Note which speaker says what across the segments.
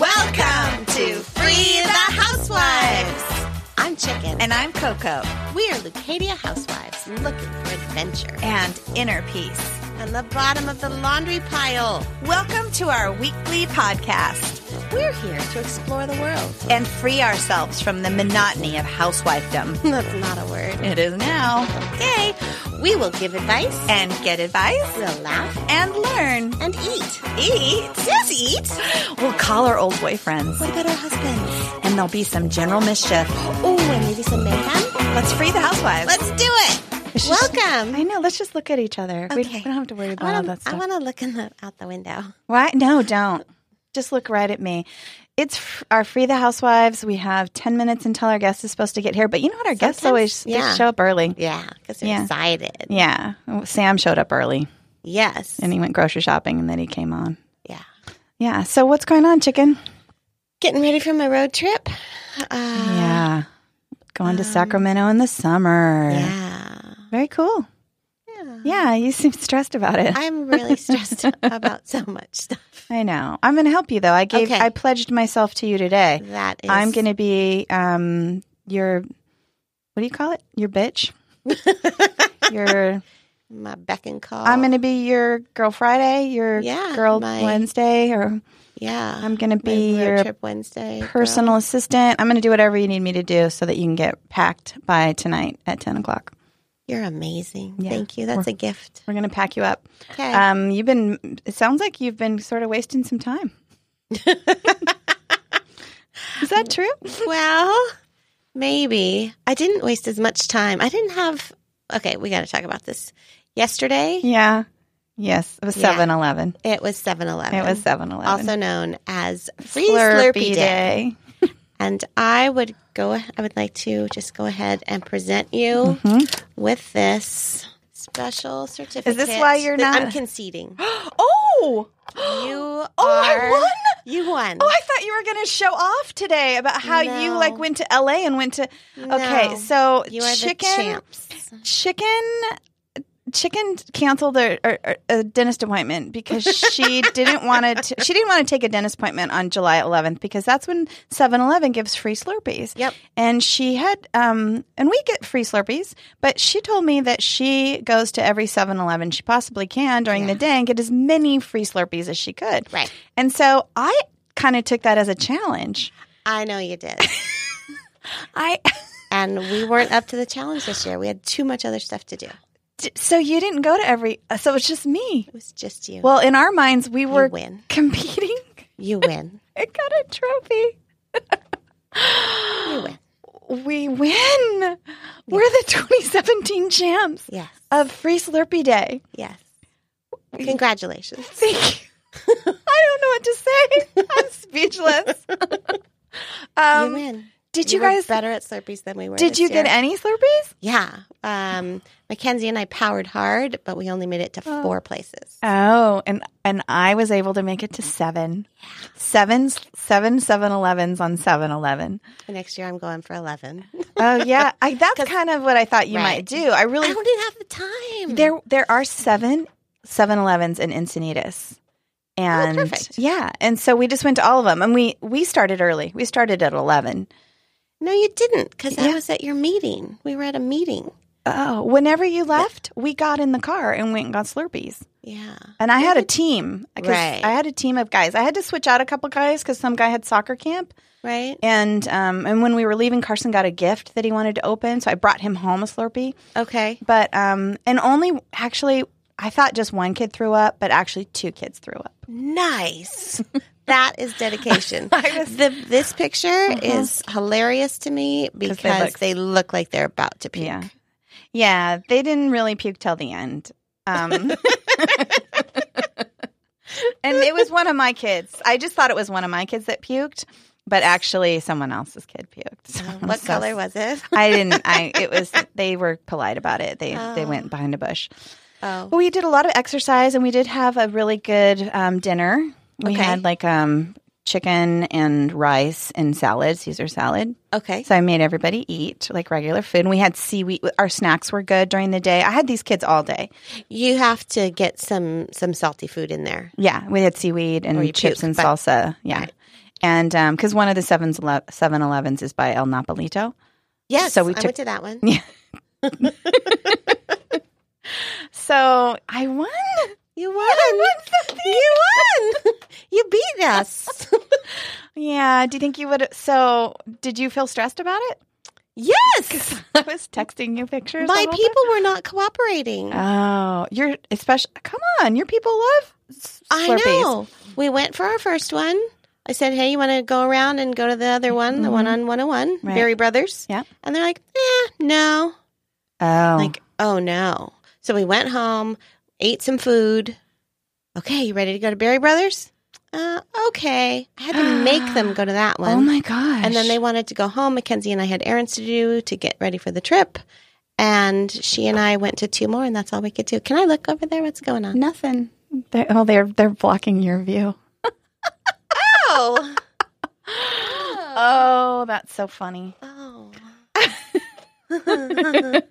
Speaker 1: Welcome to Free the Housewives.
Speaker 2: I'm Chicken, and
Speaker 1: And I'm Coco.
Speaker 2: we are Lucadia housewives looking for adventure
Speaker 1: And Inner Peace.
Speaker 2: on the bottom of the laundry pile.
Speaker 1: Welcome to our weekly podcast
Speaker 2: We're here to explore the world.
Speaker 1: and free ourselves from the monotony of housewifedom.
Speaker 2: That's not a word.
Speaker 1: It is now.
Speaker 2: Okay, we will give advice,
Speaker 1: And get advice
Speaker 2: we'll laugh,
Speaker 1: and learn.
Speaker 2: and eat.
Speaker 1: Eat. Yes, eat. We'll call our old boyfriends
Speaker 2: What about our husbands?
Speaker 1: and there'll be some general mischief.
Speaker 2: Oh, and maybe some mayhem.
Speaker 1: Let's free the housewives.
Speaker 2: Let's do it. Welcome.
Speaker 3: I know. Let's just look at each other. We,
Speaker 2: Okay.
Speaker 3: we don't have to worry about
Speaker 2: I
Speaker 3: all
Speaker 2: wanna,
Speaker 3: that stuff.
Speaker 2: I wanna look in the, out the window.
Speaker 3: Why? No, don't. Just look right at me. It's f- our Free the Housewives. We have 10 minutes until our guest is supposed to get here. But you know what? Our guests
Speaker 2: Sometimes-
Speaker 3: always they
Speaker 2: yeah.
Speaker 3: show up early.
Speaker 2: Yeah, because you're
Speaker 3: Yeah.
Speaker 2: excited.
Speaker 3: Yeah. Sam showed up early
Speaker 2: Yes.
Speaker 3: and he went grocery shopping and then he came on.
Speaker 2: yeah.
Speaker 3: Yeah. So what's going on, chicken?
Speaker 2: Getting ready for my road trip. Uh,
Speaker 3: yeah. Going to Sacramento in the summer.
Speaker 2: Um, yeah.
Speaker 3: Very cool.
Speaker 2: Yeah.
Speaker 3: Yeah. You seem stressed about it.
Speaker 2: I'm really stressed about so much stuff.
Speaker 3: I know. I'm going to help you though. I gave,
Speaker 2: Okay.
Speaker 3: I pledged myself to you today.
Speaker 2: That is.
Speaker 3: I'm going to be um, your, what do you call it? Your bitch. your,
Speaker 2: my beck and call.
Speaker 3: I'm going to be your girl Friday, your
Speaker 2: Yeah,
Speaker 3: girl
Speaker 2: my-
Speaker 3: Wednesday, or
Speaker 2: yeah.
Speaker 3: I'm going to
Speaker 2: my
Speaker 3: be
Speaker 2: road
Speaker 3: your
Speaker 2: trip Wednesday girl.
Speaker 3: personal assistant. I'm going to do whatever you need me to do so that you can get packed by tonight at 10 o'clock.
Speaker 2: You're amazing.
Speaker 3: Yeah.
Speaker 2: Thank you. That's a gift.
Speaker 3: We're going to pack you up.
Speaker 2: Okay.
Speaker 3: Um, you've been, it sounds like you've been sort of wasting some time. Is that true?
Speaker 2: well, maybe I didn't waste as much time. I didn't have. Okay, we got to talk about this. Yesterday,
Speaker 3: Yeah. Yes. It was
Speaker 2: Yeah.
Speaker 3: 7 Eleven.
Speaker 2: it was 7 Eleven.
Speaker 3: It was 7 Eleven.
Speaker 2: Also known as Free Slurpee, Day. And I would go, I would like to just go ahead and present you with this special certificate.
Speaker 3: Mm-hmm. Is this why you're
Speaker 2: that
Speaker 3: not-
Speaker 2: I'm conceding.
Speaker 3: Oh,
Speaker 2: You
Speaker 3: Oh, I
Speaker 2: are.
Speaker 3: won?
Speaker 2: You won.
Speaker 3: oh! I thought you were going to show off today about how you
Speaker 2: No.
Speaker 3: like went to LA and went to. Okay,
Speaker 2: No.
Speaker 3: so
Speaker 2: you are
Speaker 3: chicken,
Speaker 2: the champs.
Speaker 3: chicken, chicken canceled a, a, a dentist appointment because she didn't want to. She didn't want to take a dentist appointment on July 11th because that's when 7-Eleven gives free Slurpees.
Speaker 2: Yep.
Speaker 3: and she had um and we get free slurpees but she told me that she goes to every 7-eleven she possibly can during the day and get as many free slurpees as she could
Speaker 2: Right.
Speaker 3: and so i kind of took that as a challenge
Speaker 2: I know you did.
Speaker 3: i
Speaker 2: And we weren't up to the challenge this year. We had too much other stuff to do. It
Speaker 3: so you didn't go to every so it's just me
Speaker 2: was just you.
Speaker 3: well in our minds we were
Speaker 2: win.
Speaker 3: competing
Speaker 2: you win.
Speaker 3: i got a trophy
Speaker 2: You win.
Speaker 3: we win we're the 2017 champs
Speaker 2: Yes.
Speaker 3: of free slurpee day
Speaker 2: Yes. Congratulations.
Speaker 3: Thank you. I don't know what to say. I'm speechless.
Speaker 2: you
Speaker 3: Um,
Speaker 2: win.
Speaker 3: did
Speaker 2: You
Speaker 3: you
Speaker 2: were
Speaker 3: guys?
Speaker 2: better at Slurpees than we were.
Speaker 3: Did
Speaker 2: this
Speaker 3: you get
Speaker 2: year.
Speaker 3: any Slurpees?
Speaker 2: Yeah. Um, Mackenzie and I powered hard, but we only made it to four places.
Speaker 3: Oh, and and I was able to make it to seven, seven, seven, seven elevens on seven eleven.
Speaker 2: And next year I'm going for 11.
Speaker 3: Oh yeah, I, that's kind of what I thought you
Speaker 2: Right.
Speaker 3: might do. I
Speaker 2: I
Speaker 3: really
Speaker 2: didn't have the time.
Speaker 3: there there are seven seven elevens in Encinitas. And
Speaker 2: Oh, perfect.
Speaker 3: yeah, and so we just went to all of them, and we we started early. We started at eleven,
Speaker 2: No, you didn't because I
Speaker 3: Yeah.
Speaker 2: was at your meeting. We were at a meeting.
Speaker 3: Oh, whenever you left, we got in the car and went and got Slurpees.
Speaker 2: Yeah.
Speaker 3: And I had a team. 'cause
Speaker 2: Right.
Speaker 3: I had a team of guys. I had to switch out a couple guys because some guy had soccer camp.
Speaker 2: Right?
Speaker 3: And um, and when we were leaving, Carson got a gift that he wanted to open, so I brought him home a Slurpee.
Speaker 2: Okay.
Speaker 3: But um, and only actually, I thought just one kid threw up, but actually two kids threw up.
Speaker 2: Nice. that is dedication. the, this picture is hilarious to me because they look,
Speaker 3: Uh-huh. look-
Speaker 2: like they're about to puke.
Speaker 3: Yeah, yeah, they didn't really puke till the end. Um, it was one of my kids. I just thought it was one of my kids that puked, but actually someone else's kid puked. So I'm
Speaker 2: What
Speaker 3: so
Speaker 2: color was it?
Speaker 3: I didn't. I it was. They were polite about it. They they went behind a bush.
Speaker 2: Oh.
Speaker 3: But we did a lot of exercise, and we did have a really good um, dinner. We
Speaker 2: Okay.
Speaker 3: had like um, chicken and rice and salad, Caesar salad.
Speaker 2: Okay.
Speaker 3: So I made everybody eat like regular food. And we had seaweed. Our snacks were good during the day. I had these kids all day.
Speaker 2: You have to get some some salty food in there.
Speaker 3: Yeah, we had seaweed
Speaker 2: Or you
Speaker 3: and chips
Speaker 2: puke,
Speaker 3: and
Speaker 2: but-
Speaker 3: salsa. Yeah. And because one of the 7 Elevens is by El Napolito.
Speaker 2: Yes.
Speaker 3: So we
Speaker 2: I
Speaker 3: took-
Speaker 2: went to that one.
Speaker 3: So I won.
Speaker 2: You won. you won. you beat us.
Speaker 3: Yeah. Do you think you would? So did you feel stressed about it?
Speaker 2: yes.
Speaker 3: I was texting you pictures.
Speaker 2: My
Speaker 3: the whole
Speaker 2: people were not cooperating.
Speaker 3: time. Oh, you're especially. Come on, your people love. s-
Speaker 2: I
Speaker 3: Slurpees.
Speaker 2: know. We went for our first one. I said, "Hey, you want to go around and go to the other one, the one on 101,
Speaker 3: Mm-hmm. Right.
Speaker 2: Berry Brothers?"
Speaker 3: Yeah.
Speaker 2: And they're like, "Eh, no."
Speaker 3: Oh,
Speaker 2: Like, "Oh no." So we went home, ate some food. Okay, you ready to go to Berry Brothers? Uh, okay. I had to make them go to that one.
Speaker 3: oh my gosh.
Speaker 2: And then they wanted to go home. Mackenzie and I had errands to do to get ready for the trip. And she and I went to two more, and that's all we could do. Can I look over there? What's going on?
Speaker 3: nothing. They're, oh, they're they're blocking your view.
Speaker 2: Oh.
Speaker 3: Oh, that's so funny.
Speaker 2: oh.
Speaker 3: The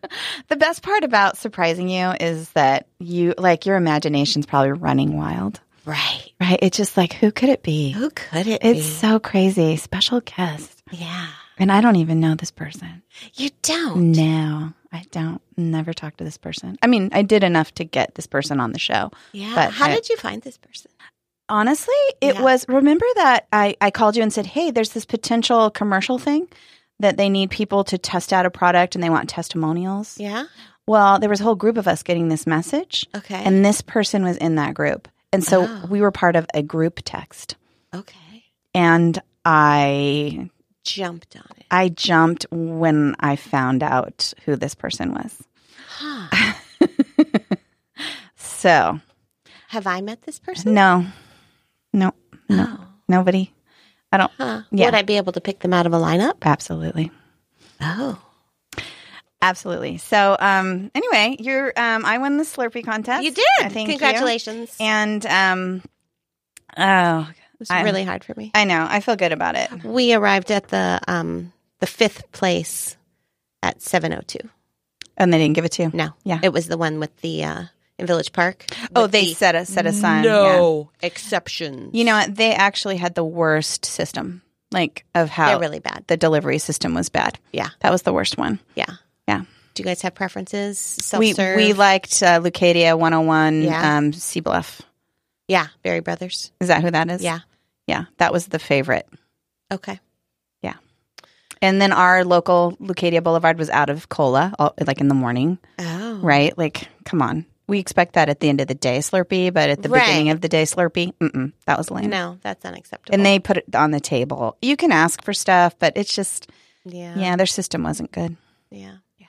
Speaker 3: best part about surprising you is that you like your imagination's probably running wild,
Speaker 2: Right.
Speaker 3: right? It's just like who could it be?
Speaker 2: Who could it
Speaker 3: It's so crazy. Special guest,
Speaker 2: be? Yeah.
Speaker 3: and I don't even know this person.
Speaker 2: You don't.
Speaker 3: No, I don't. Never talk to this person. I mean, I did enough to get this person on the show.
Speaker 2: Yeah.
Speaker 3: But
Speaker 2: How
Speaker 3: I-
Speaker 2: did you find this person?
Speaker 3: Honestly, it
Speaker 2: Yeah.
Speaker 3: was. Remember that I, I called you and said, hey, there's this potential commercial thing that they need people to test out a product and they want testimonials.
Speaker 2: Yeah.
Speaker 3: Well, there was a whole group of us getting this message,
Speaker 2: Okay.
Speaker 3: and this person was in that group. And so
Speaker 2: Oh.
Speaker 3: we were part of a group text.
Speaker 2: okay.
Speaker 3: And I
Speaker 2: Jumped on it.
Speaker 3: I jumped when I found out who this person was.
Speaker 2: Huh.
Speaker 3: So
Speaker 2: Have I met this person?
Speaker 3: No, no, no,
Speaker 2: Oh.
Speaker 3: nobody. I don't.
Speaker 2: Huh.
Speaker 3: Yeah.
Speaker 2: Would I be able to pick them out of a lineup?
Speaker 3: Absolutely,
Speaker 2: Oh.
Speaker 3: absolutely. So, um, anyway, you're. Um, I won the Slurpee contest.
Speaker 2: you did.
Speaker 3: I Thank you.
Speaker 2: Congratulations.
Speaker 3: And um, oh,
Speaker 2: it was
Speaker 3: I'm-
Speaker 2: really hard for me.
Speaker 3: I know. I feel good about it.
Speaker 2: We arrived at the um the fifth place at seven oh two.
Speaker 3: And they didn't give it to you.
Speaker 2: No,
Speaker 3: Yeah.
Speaker 2: it was the one with the uh in Village Park.
Speaker 3: Oh,
Speaker 2: with E.
Speaker 3: they
Speaker 2: the
Speaker 3: set a set a sign.
Speaker 2: exceptions.
Speaker 3: Yeah. You know what? They actually had the worst system, like of how
Speaker 2: they're really bad.
Speaker 3: the delivery system was bad.
Speaker 2: Yeah.
Speaker 3: that was the worst one.
Speaker 2: Yeah,
Speaker 3: Yeah.
Speaker 2: Do you guys have preferences? Self
Speaker 3: We
Speaker 2: serve.
Speaker 3: we liked uh, Lucadia 101
Speaker 2: Yeah.
Speaker 3: um, Sea Bluff.
Speaker 2: yeah, Barry Brothers.
Speaker 3: Is that who that is?
Speaker 2: Yeah.
Speaker 3: Yeah, that was the favorite.
Speaker 2: Okay.
Speaker 3: And then our local Lucadia Boulevard was out of cola, all, like in the morning,
Speaker 2: Oh,
Speaker 3: right? Like, come on. We expect that at the end of the day, Slurpee, but at the
Speaker 2: Right.
Speaker 3: beginning of the day, Slurpee, mm-mm, that was lame.
Speaker 2: No, that's unacceptable.
Speaker 3: And they put it on the table. You can ask for stuff, but it's just,
Speaker 2: yeah,
Speaker 3: yeah, their system wasn't good.
Speaker 2: yeah, yeah.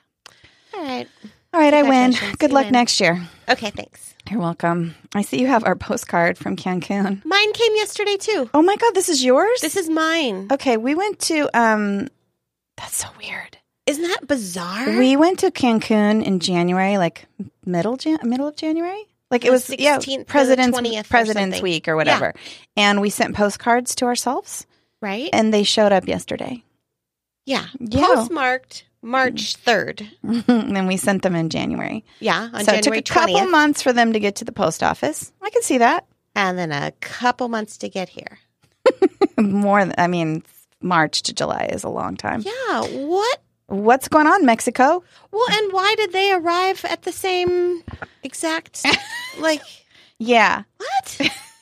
Speaker 2: All right.
Speaker 3: All right, I win.
Speaker 2: Congratulations,
Speaker 3: Good
Speaker 2: you
Speaker 3: luck
Speaker 2: win.
Speaker 3: next year.
Speaker 2: Okay, thanks.
Speaker 3: You're welcome. I see you have our postcard from Cancun.
Speaker 2: Mine came yesterday too.
Speaker 3: Oh my God, this is yours?
Speaker 2: This is mine.
Speaker 3: okay, we went to, um, that's so weird.
Speaker 2: Isn't that bizarre?
Speaker 3: We went to Cancun in January, like middle Jan- middle of January. Like it
Speaker 2: The
Speaker 3: was
Speaker 2: 16th to
Speaker 3: yeah,
Speaker 2: the
Speaker 3: President's
Speaker 2: 20th or
Speaker 3: President's
Speaker 2: something.
Speaker 3: Week or whatever. And we sent postcards to ourselves
Speaker 2: right?
Speaker 3: and they showed up yesterday.
Speaker 2: yeah.
Speaker 3: Yeah.
Speaker 2: Postmarked March third.
Speaker 3: and then we sent them in January.
Speaker 2: Yeah, on
Speaker 3: so
Speaker 2: January
Speaker 3: it took a couple
Speaker 2: twentieth,
Speaker 3: months for them to get to the post office. I can see that.
Speaker 2: and then a couple months to get here.
Speaker 3: More than, I mean March to July is a long time.
Speaker 2: Yeah. What?
Speaker 3: What's going on, Mexico?
Speaker 2: Well, and why did they arrive at the same exact? Like
Speaker 3: Yeah.
Speaker 2: what?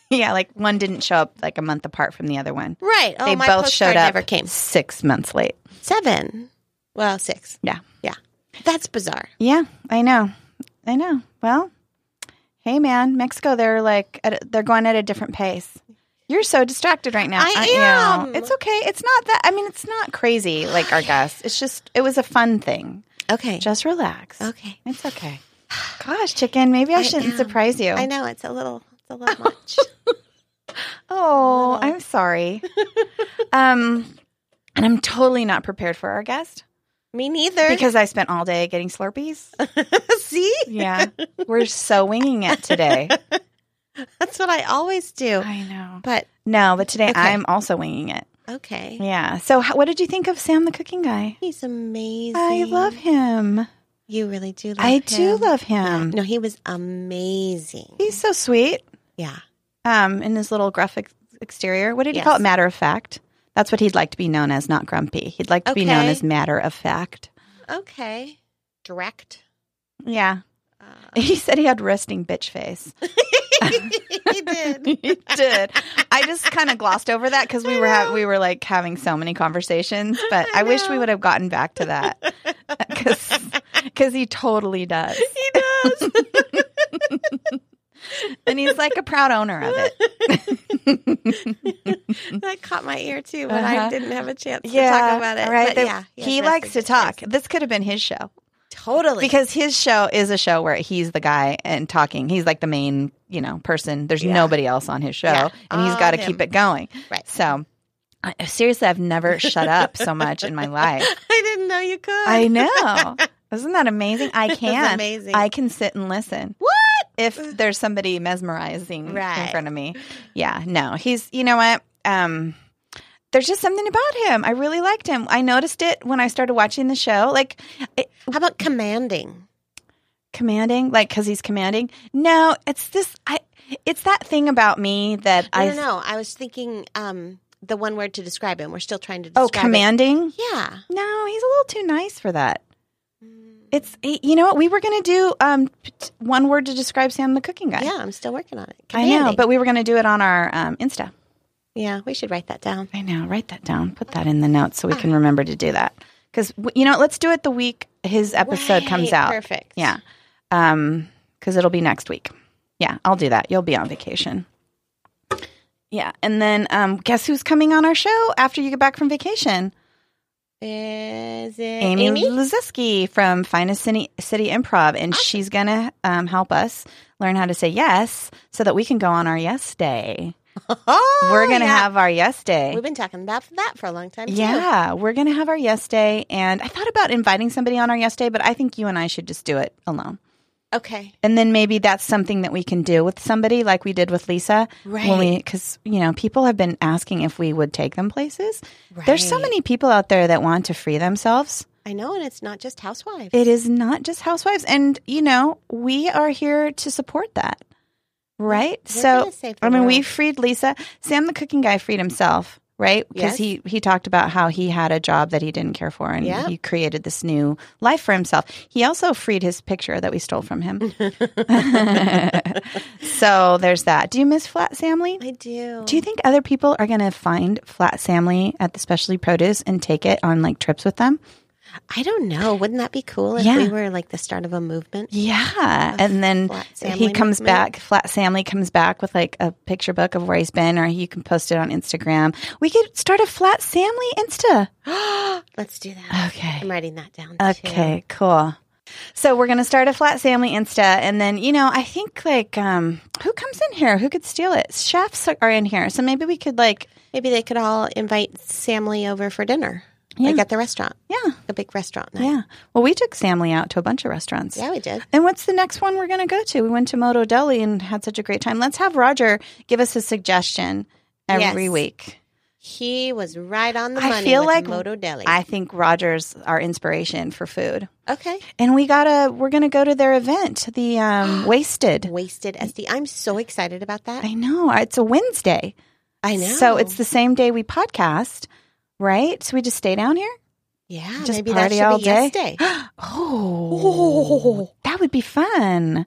Speaker 3: Yeah, like one didn't show up like a month apart from the other one.
Speaker 2: Right. Oh,
Speaker 3: they
Speaker 2: my
Speaker 3: both
Speaker 2: postcard
Speaker 3: showed up
Speaker 2: Never came.
Speaker 3: 6 months late.
Speaker 2: Seven. Well, six.
Speaker 3: Yeah.
Speaker 2: Yeah. That's bizarre.
Speaker 3: Yeah, I know. I know. Well, hey man, Mexico they're like at, they're going at a different pace. You're so distracted right now.
Speaker 2: I
Speaker 3: you know.
Speaker 2: am.
Speaker 3: It's okay. It's not that I mean it's not crazy like our guests. It's just it was a fun thing.
Speaker 2: Okay.
Speaker 3: Just relax.
Speaker 2: okay.
Speaker 3: It's okay. Gosh, chicken, maybe I,
Speaker 2: I
Speaker 3: shouldn't
Speaker 2: am.
Speaker 3: surprise you.
Speaker 2: I know it's a little. It's a little much.
Speaker 3: Oh, I'm sorry. um, and I'm totally not prepared for our guest
Speaker 2: Me neither.
Speaker 3: because I spent all day getting Slurpees.
Speaker 2: see,
Speaker 3: Yeah, we're so winging it today.
Speaker 2: that's what I always do.
Speaker 3: I know.
Speaker 2: But
Speaker 3: No, but today
Speaker 2: Okay.
Speaker 3: I'm also winging it.
Speaker 2: okay,
Speaker 3: Yeah. So, how, what did you think of Sam the cooking guy?
Speaker 2: he's amazing.
Speaker 3: I love him.
Speaker 2: You really do. love
Speaker 3: I do
Speaker 2: him.
Speaker 3: love him.
Speaker 2: No, he was amazing.
Speaker 3: Um, He's so sweet.
Speaker 2: Yeah.
Speaker 3: Um, in his little gruff ex- exterior. What did you call it?
Speaker 2: Yes.
Speaker 3: Matter of fact. That's what he'd like to be known as, not grumpy. He'd like to be known
Speaker 2: Okay.
Speaker 3: as matter of fact.
Speaker 2: Okay. Direct.
Speaker 3: Yeah.
Speaker 2: Uh,
Speaker 3: He said he had resting bitch face.
Speaker 2: he did.
Speaker 3: he did. I just kind of glossed over that because we were ha- we were like having so many conversations, but I,
Speaker 2: I
Speaker 3: wish we
Speaker 2: know.
Speaker 3: would have gotten back to that because he totally does,
Speaker 2: He does.
Speaker 3: and he's like a proud owner of it.
Speaker 2: that caught my ear too, but
Speaker 3: Uh-huh.
Speaker 2: I didn't have a chance to talk about it.
Speaker 3: Right?
Speaker 2: But
Speaker 3: There-
Speaker 2: yeah,
Speaker 3: he
Speaker 2: yes,
Speaker 3: likes to
Speaker 2: yes,
Speaker 3: talk.
Speaker 2: yes.
Speaker 3: This could have been his show
Speaker 2: Totally.
Speaker 3: because his show is a show where he's the guy and talking. He's like the main, you know, person. There's
Speaker 2: Yeah.
Speaker 3: nobody else on his show,
Speaker 2: Yeah.
Speaker 3: and he's
Speaker 2: All
Speaker 3: got to
Speaker 2: him.
Speaker 3: keep it going.
Speaker 2: Right.
Speaker 3: So, I, seriously, I've never shut up so much in my life.
Speaker 2: I didn't know you could.
Speaker 3: I know. Isn't that amazing? I
Speaker 2: That's
Speaker 3: can.
Speaker 2: amazing.
Speaker 3: I can sit and listen. What? If there's somebody mesmerizing in
Speaker 2: Right.
Speaker 3: front of me. Yeah, no. He's you know what? Um there's just something about him. I really liked him. I noticed it when I started watching the show. Like it,
Speaker 2: How about commanding?
Speaker 3: commanding, like cuz he's commanding. No, it's this I it's that thing about me that
Speaker 2: I
Speaker 3: I
Speaker 2: don't know. I was thinking um, the one word to describe him. We're still trying to
Speaker 3: Oh,
Speaker 2: describe it.
Speaker 3: commanding?
Speaker 2: Yeah.
Speaker 3: No, he's a little too nice for that. It's you know what we were going to do um p- t- one word to describe Sam the cooking guy.
Speaker 2: Yeah, I'm still working on it.
Speaker 3: I know,
Speaker 2: Commanding.
Speaker 3: but we were going to do it on our um, Insta.
Speaker 2: yeah, we should write that down.
Speaker 3: I know. Write that down. Put that in the notes so we
Speaker 2: Ah.
Speaker 3: can remember to do that. Because you know, let's do it the week his episode comes
Speaker 2: Right,
Speaker 3: out.
Speaker 2: Perfect.
Speaker 3: Yeah. Um. Because it'll be next week. Yeah, I'll do that. You'll be on vacation. Yeah, and then um, guess who's coming on our show after you get back from vacation?
Speaker 2: Is it
Speaker 3: Amy,
Speaker 2: Amy?
Speaker 3: Laziski from Finest City, City Improv, and she's gonna um, help us learn how to say yes so that we can go on our yes day.
Speaker 2: Oh,
Speaker 3: we're gonna
Speaker 2: yeah.
Speaker 3: have our yes day.
Speaker 2: We've been talking about that for a long time. too.
Speaker 3: Yeah, we're gonna have our yes day, and I thought about inviting somebody on our yes day, but I think you and I should just do it alone,
Speaker 2: Okay.
Speaker 3: and then maybe that's something that we can do with somebody, like we did with Lisa,
Speaker 2: Right.
Speaker 3: Because you know, people have been asking if we would take them places. There's so
Speaker 2: Right.
Speaker 3: many people out there that want to free themselves.
Speaker 2: I know, and it's not just housewives.
Speaker 3: It is not just housewives, and you know, we are here to support that, right?
Speaker 2: We're
Speaker 3: so
Speaker 2: gonna save the
Speaker 3: I mean, we
Speaker 2: world.
Speaker 3: freed Lisa. Sam, the cooking guy, freed himself, right? Because
Speaker 2: Yes.
Speaker 3: he he talked about how he had a job that he didn't care for, and
Speaker 2: Yep.
Speaker 3: he created this new life for himself. He also freed his picture that we stole from him. so there's that. Do you miss Flat Samly?
Speaker 2: I do.
Speaker 3: Do you think other people are going to find Flat Samly at the Specialty Produce and take it on like trips with them?
Speaker 2: I don't know. Wouldn't that be cool if
Speaker 3: Yeah.
Speaker 2: we were like the start of a movement?
Speaker 3: Yeah. And then
Speaker 2: Flat Samly
Speaker 3: he comes
Speaker 2: movement.
Speaker 3: back, Flat Samly comes back with like a picture book of where he's been, or you can post it on Instagram. We could start a Flat Samly Insta.
Speaker 2: Let's do that. I'm
Speaker 3: Okay.
Speaker 2: writing that down. too.
Speaker 3: Okay, cool. So we're going to start a Flat Samly Insta. And then, you know, I think like, um, who comes in here? Who could steal it? Chefs are in here. So maybe we could like,
Speaker 2: Maybe they could all invite Samly over for dinner. Like at the restaurant.
Speaker 3: yeah,
Speaker 2: A big restaurant night.
Speaker 3: yeah. Well, we took Samly out to a bunch of restaurants.
Speaker 2: Yeah, we did.
Speaker 3: And what's the next one we're going to go to? We went to Moto Deli and had such a great time. Let's have Roger give us a suggestion every
Speaker 2: Yes.
Speaker 3: week.
Speaker 2: He was right on the
Speaker 3: I
Speaker 2: money
Speaker 3: feel
Speaker 2: with
Speaker 3: like
Speaker 2: Moto Deli.
Speaker 3: I think Roger's our inspiration for food.
Speaker 2: okay.
Speaker 3: And we got to we're going to go to their event, the um Wasted.
Speaker 2: Wasted SD. I'm so excited about that.
Speaker 3: I know. It's a Wednesday.
Speaker 2: I know.
Speaker 3: So it's the same day we podcast, right? So we just stay down here?
Speaker 2: yeah.
Speaker 3: just
Speaker 2: maybe that
Speaker 3: party
Speaker 2: should
Speaker 3: all
Speaker 2: be
Speaker 3: day?
Speaker 2: yesterday.
Speaker 3: Oh. That would be fun.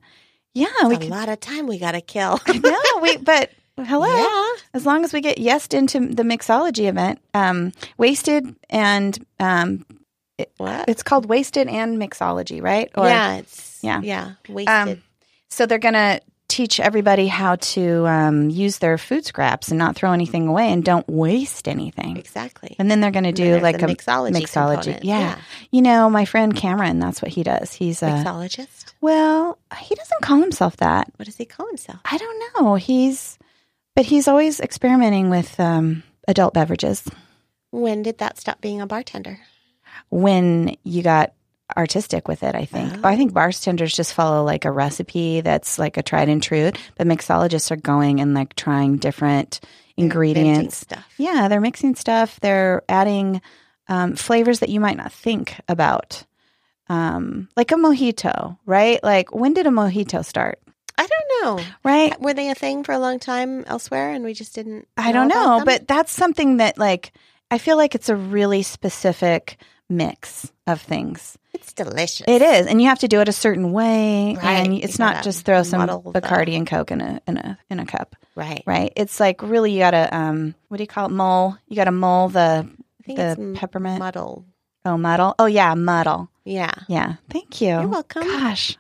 Speaker 3: Yeah, we
Speaker 2: a
Speaker 3: could
Speaker 2: lot of time we gotta kill.
Speaker 3: No, we but hello.
Speaker 2: Yeah.
Speaker 3: As long as we get yes into the mixology event, um, wasted and um,
Speaker 2: What?
Speaker 3: it's called wasted and mixology, right?
Speaker 2: yeah. It's,
Speaker 3: Yeah.
Speaker 2: yeah. Yeah. Wasted.
Speaker 3: Um, so they're gonna teach everybody how to um, use their food scraps and not throw anything away and don't waste anything.
Speaker 2: exactly.
Speaker 3: And then they're gonna do
Speaker 2: there's
Speaker 3: like
Speaker 2: the
Speaker 3: a
Speaker 2: mixology
Speaker 3: mixology.
Speaker 2: component.
Speaker 3: Yeah.
Speaker 2: Yeah.
Speaker 3: you know my friend Cameron, that's what he does. He's
Speaker 2: uh,
Speaker 3: a
Speaker 2: Mixologist.
Speaker 3: well, he doesn't call himself that.
Speaker 2: What does he call himself?
Speaker 3: I don't know. He's But he's always experimenting with um, adult beverages.
Speaker 2: When did that stop being a bartender?
Speaker 3: When you got artistic with it, I think. I think bartenders just follow like a recipe that's like a tried and true, but mixologists are going and like trying different
Speaker 2: Inventing
Speaker 3: ingredients.
Speaker 2: stuff.
Speaker 3: Yeah, they're mixing stuff. They're adding um, flavors that you might not think about, um, like a mojito, right? Like when did a mojito start?
Speaker 2: I don't know.
Speaker 3: Right?
Speaker 2: Were they a thing for a long time elsewhere, and we just didn't?
Speaker 3: I don't
Speaker 2: about
Speaker 3: know,
Speaker 2: them?
Speaker 3: but that's something that like I feel like it's a really specific mix of things.
Speaker 2: it's delicious.
Speaker 3: It is, and you have to do it a certain way,
Speaker 2: Right,
Speaker 3: and
Speaker 2: you
Speaker 3: it's not
Speaker 2: gotta
Speaker 3: just throw some
Speaker 2: muddle the-
Speaker 3: Bacardi and Coke in a in a in a cup,
Speaker 2: right.
Speaker 3: right? It's like really you gotta um what do you call it mull? You gotta mull the
Speaker 2: I think
Speaker 3: the
Speaker 2: it's m-
Speaker 3: peppermint.
Speaker 2: muddle.
Speaker 3: oh muddle. Oh yeah, muddle.
Speaker 2: Yeah.
Speaker 3: Yeah, thank you.
Speaker 2: You're welcome.
Speaker 3: Gosh,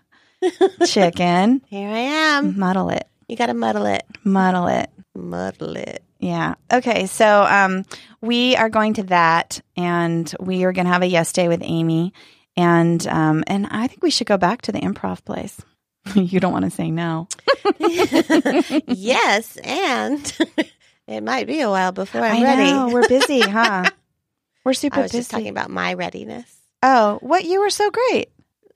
Speaker 3: chicken,
Speaker 2: Here I am.
Speaker 3: muddle it,
Speaker 2: You got to muddle it.
Speaker 3: muddle it.
Speaker 2: Muddle it.
Speaker 3: Yeah. Okay. So um, we are going to that, and we are going to have a yes day with Amy, and um, and I think we should go back to the improv place. you don't want to say no.
Speaker 2: yes, and it might be a while before I'm
Speaker 3: I
Speaker 2: ready.
Speaker 3: know we're busy, huh? We're super
Speaker 2: I was
Speaker 3: busy.
Speaker 2: just talking about my readiness.
Speaker 3: oh, what you were so great!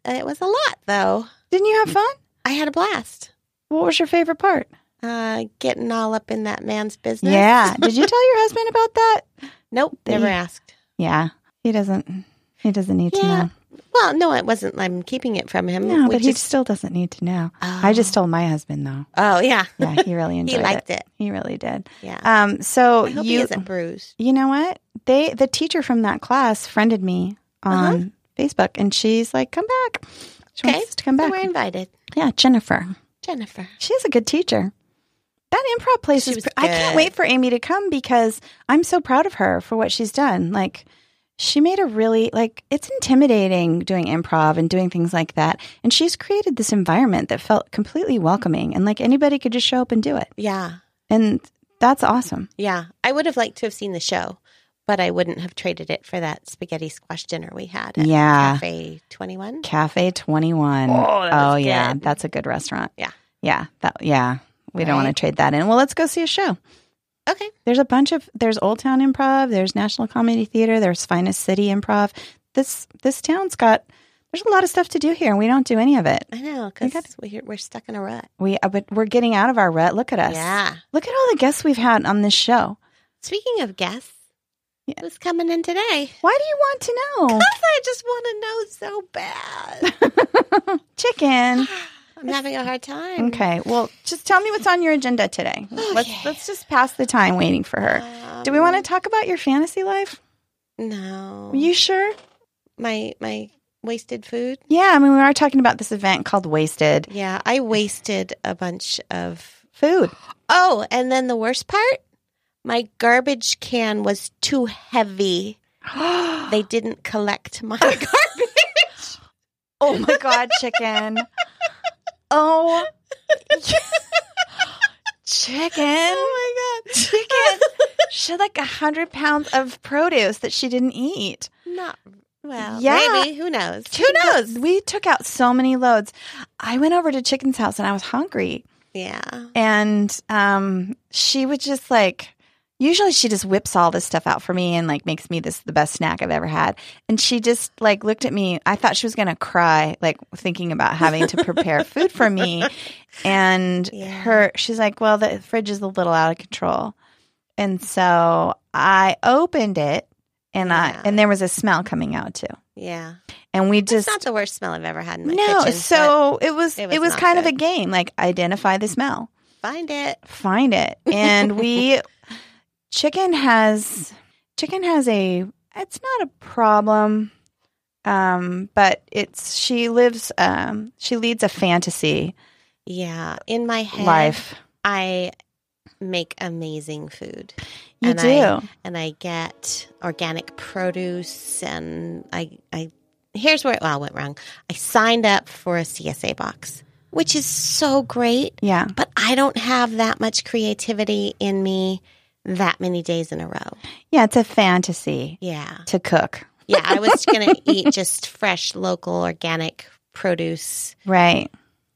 Speaker 2: It was a lot, though.
Speaker 3: Didn't you have fun?
Speaker 2: I had a blast
Speaker 3: What was your favorite part?
Speaker 2: uh, getting all up in that man's business.
Speaker 3: Yeah. Did you tell your husband about that?
Speaker 2: Nope.
Speaker 3: That
Speaker 2: Never
Speaker 3: he-
Speaker 2: asked.
Speaker 3: Yeah. He doesn't. He doesn't need to
Speaker 2: Yeah.
Speaker 3: know.
Speaker 2: Well, no, it wasn't. I'm keeping it from him.
Speaker 3: No,
Speaker 2: We
Speaker 3: but he
Speaker 2: just-
Speaker 3: still doesn't need to know.
Speaker 2: Oh.
Speaker 3: I just told my husband though.
Speaker 2: Oh yeah.
Speaker 3: Yeah, he really enjoyed
Speaker 2: He liked it.
Speaker 3: He really did.
Speaker 2: Yeah.
Speaker 3: Um, so
Speaker 2: I hope
Speaker 3: you,
Speaker 2: he isn't bruised.
Speaker 3: you know what? They, the teacher from that class, friended me
Speaker 2: Uh-huh.
Speaker 3: on Facebook, and she's like, "Come back." She
Speaker 2: Okay.
Speaker 3: wants us to come
Speaker 2: So
Speaker 3: back.
Speaker 2: we're invited.
Speaker 3: yeah, Jennifer.
Speaker 2: Jennifer.
Speaker 3: She's a good teacher. That improv place
Speaker 2: She
Speaker 3: is.
Speaker 2: was
Speaker 3: pr- I can't
Speaker 2: good.
Speaker 3: wait for Amy to come because I'm so proud of her for what she's done. Like, she made a really like it's intimidating doing improv and doing things like that, and she's created this environment that felt completely welcoming and like anybody could just show up and do it,
Speaker 2: Yeah.
Speaker 3: and that's awesome.
Speaker 2: Yeah. I would have liked to have seen the show, but I wouldn't have traded it for that spaghetti squash dinner we had at
Speaker 3: Yeah.
Speaker 2: Cafe 21.
Speaker 3: Cafe 21.
Speaker 2: Oh, that was
Speaker 3: yeah,
Speaker 2: good.
Speaker 3: that's a good restaurant.
Speaker 2: Yeah.
Speaker 3: Yeah, that yeah. We don't want
Speaker 2: Right.
Speaker 3: to trade that in. Well, let's go see a show.
Speaker 2: Okay.
Speaker 3: There's a bunch of there's Old Town Improv, there's National Comedy Theater, there's Finest City Improv. This this town's got there's a lot of stuff to do here and we don't do any of it.
Speaker 2: I know,
Speaker 3: You
Speaker 2: because
Speaker 3: got-
Speaker 2: we're, we're stuck in a rut.
Speaker 3: We uh, but we're getting out of our rut. Look at us.
Speaker 2: Yeah.
Speaker 3: Look at all the guests we've had on this show.
Speaker 2: Speaking of guests,
Speaker 3: Yeah.
Speaker 2: who's coming in today?
Speaker 3: Why do you want to know?
Speaker 2: I just want to know so bad.
Speaker 3: Chicken.
Speaker 2: I'm having a hard time.
Speaker 3: Okay. Well, just tell me what's on your agenda today. Let's
Speaker 2: Okay.
Speaker 3: let's just pass the time waiting for her. Do we want to talk about your fantasy life?
Speaker 2: No.
Speaker 3: Are you sure?
Speaker 2: my my wasted food.
Speaker 3: Yeah, I mean, we are talking about this event called Wasted
Speaker 2: Yeah, I wasted a bunch of.
Speaker 3: Food.
Speaker 2: Oh, and then the worst part, my garbage can was too heavy.
Speaker 3: oh
Speaker 2: They didn't collect my garbage.
Speaker 3: Oh my God, chicken. Oh, chicken. Oh my God. Chicken. She had like a 100 pounds of produce that she didn't eat.
Speaker 2: Not well.
Speaker 3: Yeah.
Speaker 2: Maybe who knows?
Speaker 3: Who knows? We took out so many loads. I went over to Chicken's house and I was hungry.
Speaker 2: Yeah.
Speaker 3: and um, she would just like usually she just whips all this stuff out for me and like makes me this the best snack i've ever had and she just like looked at me i thought she was going to cry like thinking about having to prepare food for me and
Speaker 2: Yeah.
Speaker 3: her she's like well the fridge is a little out of control and so i opened it and
Speaker 2: Yeah.
Speaker 3: i and there was a smell coming out too
Speaker 2: Yeah.
Speaker 3: and we
Speaker 2: It's
Speaker 3: just
Speaker 2: not the worst smell I've ever had in my
Speaker 3: no
Speaker 2: kitchen. but
Speaker 3: so it was
Speaker 2: it
Speaker 3: it
Speaker 2: was
Speaker 3: was,
Speaker 2: not
Speaker 3: kind of
Speaker 2: good.
Speaker 3: a game like identify the smell
Speaker 2: find it.
Speaker 3: find it and we chicken has chicken has a it's not a problem um but it's she lives um she leads a fantasy
Speaker 2: Yeah. In my head,
Speaker 3: life
Speaker 2: I make amazing food.
Speaker 3: you
Speaker 2: and
Speaker 3: do
Speaker 2: I- and I get organic produce and I I here's where it all went wrong. I signed up for a CSA box, which is so great,
Speaker 3: yeah
Speaker 2: but I don't have that much creativity in me that many days in a row.
Speaker 3: yeah it's a fantasy
Speaker 2: Yeah.
Speaker 3: to cook
Speaker 2: Yeah, I was going to eat just fresh local organic produce
Speaker 3: right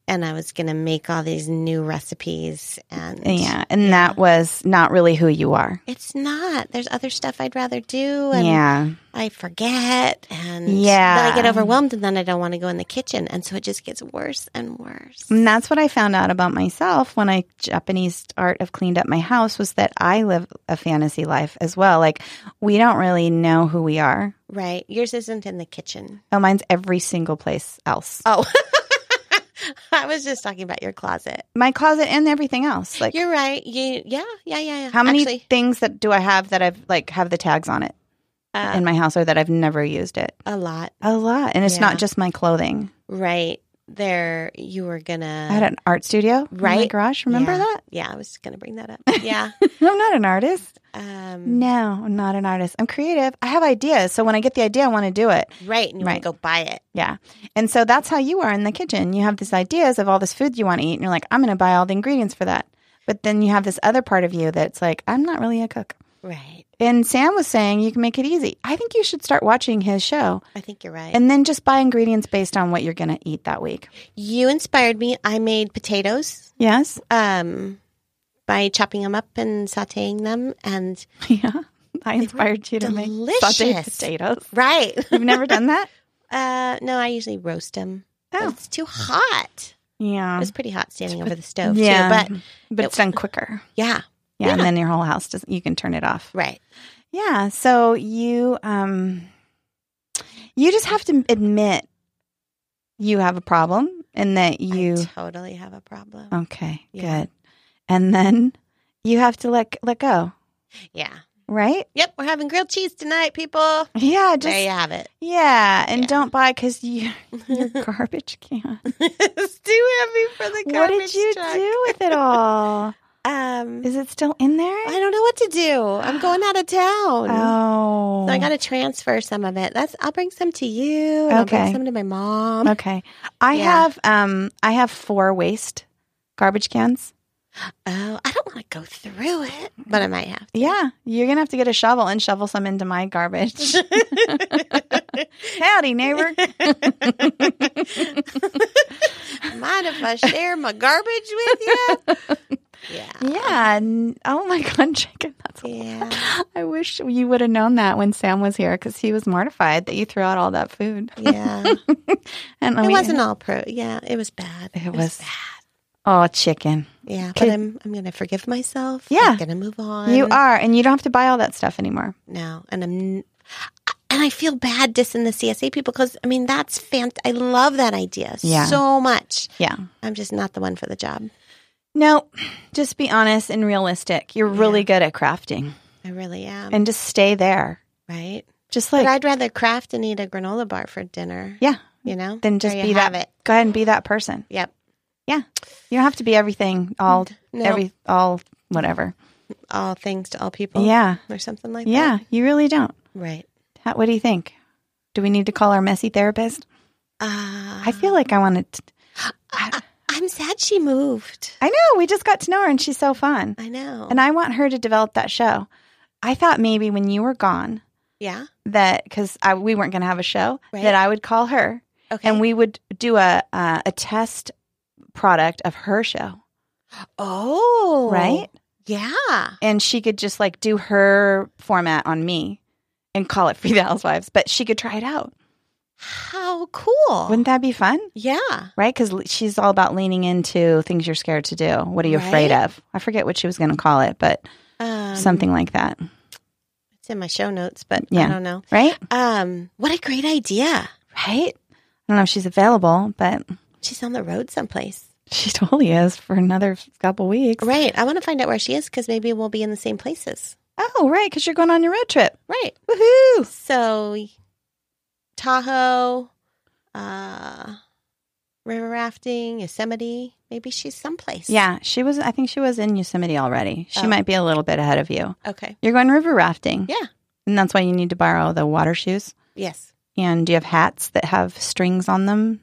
Speaker 2: and I was going to make all these new recipes. And
Speaker 3: Yeah. And that was not really who you are.
Speaker 2: it's not. There's other stuff I'd rather do. And
Speaker 3: yeah.
Speaker 2: I forget. And then
Speaker 3: Yeah.
Speaker 2: I get overwhelmed and then I don't want to go in the kitchen. And so it just gets worse and worse.
Speaker 3: And that's what I found out about myself when I Japanese art of cleaned up my house was that I live a fantasy life as well. Like we don't really know who we are.
Speaker 2: Right. Yours isn't in the kitchen.
Speaker 3: Oh, mine's every single place else.
Speaker 2: Oh. I was just talking about your closet.
Speaker 3: My closet and everything else. Like
Speaker 2: You're right. You, yeah, yeah, yeah, yeah.
Speaker 3: how many
Speaker 2: Actually,
Speaker 3: things that do I have that I've like have the tags on it
Speaker 2: uh,
Speaker 3: in my house or that I've never used it?
Speaker 2: a lot.
Speaker 3: A lot. And it's
Speaker 2: Yeah.
Speaker 3: not just my clothing.
Speaker 2: Right there, you were
Speaker 3: I had
Speaker 2: gonna.
Speaker 3: an art studio in my
Speaker 2: Right.
Speaker 3: garage. Remember
Speaker 2: Yeah.
Speaker 3: that?
Speaker 2: Yeah, I was gonna bring that up. Yeah.
Speaker 3: I'm not an artist.
Speaker 2: Um,
Speaker 3: No, I'm not an artist. I'm creative. I have ideas. So when I get the idea, I want to do it.
Speaker 2: Right, and you
Speaker 3: Right.
Speaker 2: want to go buy it.
Speaker 3: Yeah. And so that's how you are in the kitchen. You have these ideas of all this food you want to eat, and you're like, I'm going to buy all the ingredients for that. But then you have this other part of you that's like, I'm not really a cook.
Speaker 2: Right.
Speaker 3: And Sam was saying you can make it easy. I think you should start watching his show
Speaker 2: I think you're right.
Speaker 3: and then just buy ingredients based on what you're going to eat that week.
Speaker 2: you inspired me. I made potatoes
Speaker 3: Yes.
Speaker 2: um, by chopping them up and sautéing them, and
Speaker 3: Yeah. I inspired you to make sauteed
Speaker 2: delicious.
Speaker 3: potatoes.
Speaker 2: right.
Speaker 3: You've never done that?
Speaker 2: uh, no, I usually roast them.
Speaker 3: Oh.
Speaker 2: It's too hot. It
Speaker 3: Yeah.
Speaker 2: was pretty hot standing over the stove
Speaker 3: yeah.
Speaker 2: too. But
Speaker 3: But it's done quicker.
Speaker 2: yeah,
Speaker 3: Yeah, and then your whole house doesn't. You can turn it off.
Speaker 2: right.
Speaker 3: Yeah. So you, um, you just have to admit you have a problem, and that you.
Speaker 2: I totally have a problem.
Speaker 3: Okay.
Speaker 2: Yeah.
Speaker 3: Good. And then you have to let let go.
Speaker 2: Yeah.
Speaker 3: Right.
Speaker 2: Yep, we're having grilled cheese tonight, people.
Speaker 3: Yeah. Just
Speaker 2: there you
Speaker 3: yeah.
Speaker 2: have it.
Speaker 3: and
Speaker 2: uh, Yeah.
Speaker 3: don't buy because you your garbage can.
Speaker 2: it's too heavy for the garbage
Speaker 3: what did you
Speaker 2: truck.
Speaker 3: do with it all?
Speaker 2: Um,
Speaker 3: Is it still in there?
Speaker 2: I don't know what to do. I'm going out of town.
Speaker 3: Oh.
Speaker 2: So I got to transfer some of it. That's. I'll bring some to you. And I'll bring
Speaker 3: Okay.
Speaker 2: some to my mom.
Speaker 3: Okay. I
Speaker 2: Yeah.
Speaker 3: have um I have four waste garbage cans.
Speaker 2: Oh, I don't want to go through it, but I might have.
Speaker 3: Yeah, you're going to have to get a shovel and shovel some into my garbage. Howdy, neighbor.
Speaker 2: Mind if I share my garbage with you? Yeah.
Speaker 3: Yeah. n- Oh my god, chicken. That's
Speaker 2: Yeah.
Speaker 3: I wish you would have known that when Sam was here cuz he was mortified that you threw out all that food.
Speaker 2: Yeah.
Speaker 3: And
Speaker 2: It
Speaker 3: we-
Speaker 2: wasn't all pro. Yeah, it was bad.
Speaker 3: It was-
Speaker 2: bad.
Speaker 3: Oh, chicken.
Speaker 2: Yeah, but
Speaker 3: Could-
Speaker 2: I'm I'm gonna forgive myself.
Speaker 3: Yeah.
Speaker 2: I'm gonna move on.
Speaker 3: You are and you don't have to buy all that stuff anymore.
Speaker 2: now, and I'm and I feel bad dissing the CSA people because I mean that's fant. I love that idea
Speaker 3: Yeah.
Speaker 2: so much.
Speaker 3: Yeah.
Speaker 2: I'm just not the one for the job.
Speaker 3: No, just be honest and realistic. You're really good at crafting
Speaker 2: I really am.
Speaker 3: and just stay there.
Speaker 2: right,
Speaker 3: Just
Speaker 2: but
Speaker 3: like
Speaker 2: I'd rather craft and eat a granola bar for dinner.
Speaker 3: yeah,
Speaker 2: you know,
Speaker 3: then just
Speaker 2: There
Speaker 3: be
Speaker 2: you
Speaker 3: that.
Speaker 2: have it.
Speaker 3: Go ahead and be that person.
Speaker 2: Yep,
Speaker 3: Yeah, you don't have to be everything all
Speaker 2: No.
Speaker 3: every all whatever.
Speaker 2: all things to all people.
Speaker 3: Yeah.
Speaker 2: or something like
Speaker 3: Yeah,
Speaker 2: that.
Speaker 3: you really don't.
Speaker 2: right.
Speaker 3: How, what do you think? Do we need to call our messy therapist?
Speaker 2: Uh,
Speaker 3: I feel like I want to.
Speaker 2: I'm sad she moved.
Speaker 3: I know we just got to know her and she's so fun,
Speaker 2: I know.
Speaker 3: and I want her to develop that show. I thought maybe when you were gone
Speaker 2: yeah.
Speaker 3: that because we weren't going to have a show
Speaker 2: Right.
Speaker 3: that I would call her
Speaker 2: Okay.
Speaker 3: and we would do a uh, a test product of her show,
Speaker 2: oh,
Speaker 3: right?
Speaker 2: Yeah.
Speaker 3: and she could just like do her format on me and call it Free the Housewives, but she could try it out.
Speaker 2: How cool.
Speaker 3: Wouldn't that be fun?
Speaker 2: yeah.
Speaker 3: Right? Because she's all about leaning into things you're scared to do. What are you afraid
Speaker 2: Right.
Speaker 3: of? I forget what she was going to call it, but
Speaker 2: Um,
Speaker 3: something like that.
Speaker 2: It's in my show notes, but I
Speaker 3: Yeah.
Speaker 2: don't know.
Speaker 3: Right?
Speaker 2: Um, what a great idea.
Speaker 3: Right? I don't know if she's available, but
Speaker 2: She's on the road someplace.
Speaker 3: she totally is for another couple weeks.
Speaker 2: Right. I want to find out where she is because maybe we'll be in the same places.
Speaker 3: Oh, right. Because you're going on your road trip.
Speaker 2: Right.
Speaker 3: Woohoo.
Speaker 2: So, Tahoe, uh, river rafting, Yosemite. Maybe she's someplace.
Speaker 3: Yeah. She was, I think she was in Yosemite already. She
Speaker 2: Oh.
Speaker 3: might be a little bit ahead of you.
Speaker 2: Okay.
Speaker 3: You're going river rafting.
Speaker 2: Yeah.
Speaker 3: And that's why you need to borrow the water shoes.
Speaker 2: Yes.
Speaker 3: And do you have hats that have strings on them?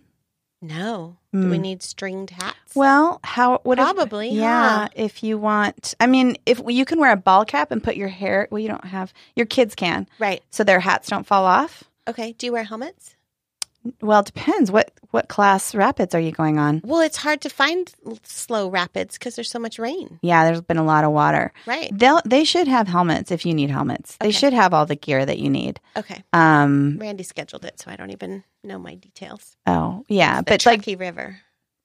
Speaker 2: No. Do we need stringed hats?
Speaker 3: Hmm. Well, how would
Speaker 2: Probably,
Speaker 3: yeah.
Speaker 2: huh?
Speaker 3: If you want, I mean, if you can wear a ball cap and put your hair, well, you don't have your kids can,
Speaker 2: right.
Speaker 3: so their hats don't fall off.
Speaker 2: Okay. Do you wear helmets?
Speaker 3: Well, it depends. What what class rapids are you going on?
Speaker 2: Well, it's hard to find l- slow rapids because there's so much rain.
Speaker 3: Yeah, there's been a lot of water.
Speaker 2: Right.
Speaker 3: They'll they should have helmets if you need helmets. They
Speaker 2: Okay.
Speaker 3: should have all the gear that you need.
Speaker 2: Okay.
Speaker 3: Um.
Speaker 2: Randy scheduled it, so I don't even know my details.
Speaker 3: Oh yeah,
Speaker 2: The
Speaker 3: but like
Speaker 2: Truckee River.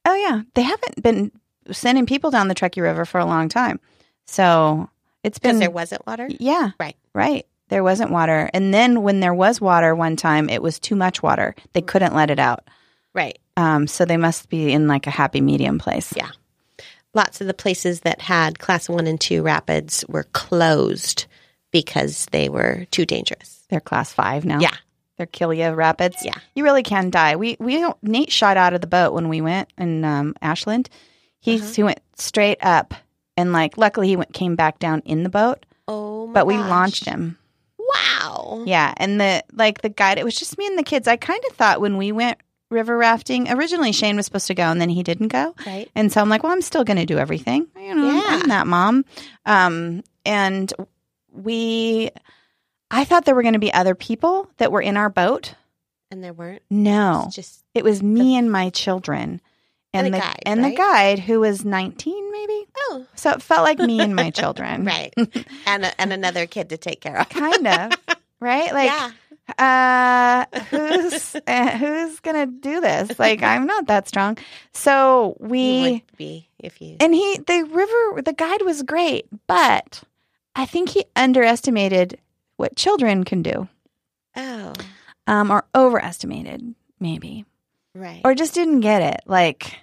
Speaker 3: oh yeah, they haven't been sending people down the Truckee River for a long time. So it's
Speaker 2: Because
Speaker 3: been
Speaker 2: there wasn't water?
Speaker 3: Yeah.
Speaker 2: Right.
Speaker 3: Right. There wasn't water. And then when there was water one time, it was too much water. They
Speaker 2: Mm.
Speaker 3: couldn't let it out.
Speaker 2: Right.
Speaker 3: Um, so they must be in like a happy medium place.
Speaker 2: Yeah. Lots of the places that had class one and two rapids were closed because they were too dangerous.
Speaker 3: They're class five now.
Speaker 2: Yeah.
Speaker 3: They're Killia Rapids.
Speaker 2: Yeah.
Speaker 3: You really can die. We we don't- Nate shot out of the boat when we went in um, Ashland. He,
Speaker 2: Uh-huh.
Speaker 3: he went straight up and like luckily he went came back down in the boat,
Speaker 2: Oh, my
Speaker 3: but we
Speaker 2: gosh. Mm-hmm.
Speaker 3: launched him.
Speaker 2: Wow.
Speaker 3: Yeah, and the like the guide. It was just me and the kids. I kind of thought when we went river rafting originally, Shane was supposed to go, and then he didn't go.
Speaker 2: Right.
Speaker 3: And so I'm like, well, I'm still going to do everything. You know, I'm-
Speaker 2: Yeah.
Speaker 3: I'm that mom. Um, and we, I thought there were going to be other people that were in our boat.
Speaker 2: And there weren't.
Speaker 3: No,
Speaker 2: It's just
Speaker 3: it was me and my children,
Speaker 2: And
Speaker 3: and,
Speaker 2: a
Speaker 3: the
Speaker 2: guide,
Speaker 3: and
Speaker 2: right?
Speaker 3: the guide who was 19 maybe.
Speaker 2: oh,
Speaker 3: So it felt like me and my children,
Speaker 2: right, and a, and another kid to take care of.
Speaker 3: Kind of, right? Like.
Speaker 2: yeah,
Speaker 3: uh who's uh, who's gonna do this like i'm not that strong so
Speaker 2: you
Speaker 3: we
Speaker 2: would be if you.
Speaker 3: and he the river the guide was great but i think he underestimated what children can do
Speaker 2: oh,
Speaker 3: um or overestimated maybe
Speaker 2: right.
Speaker 3: or just didn't get it like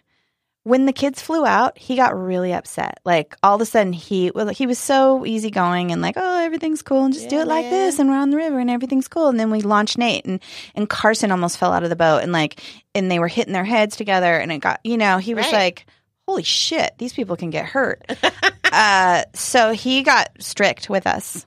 Speaker 3: when the kids flew out he got really upset like all of a sudden he well, he was so easygoing and like oh everything's cool and just do
Speaker 2: Yeah,
Speaker 3: it like
Speaker 2: man.
Speaker 3: this and we're on the river and everything's cool and then we launched nate and and carson almost fell out of the boat and like and they were hitting their heads together and it got you know he was
Speaker 2: Right.
Speaker 3: like holy shit these people can get hurt uh, so he got strict with us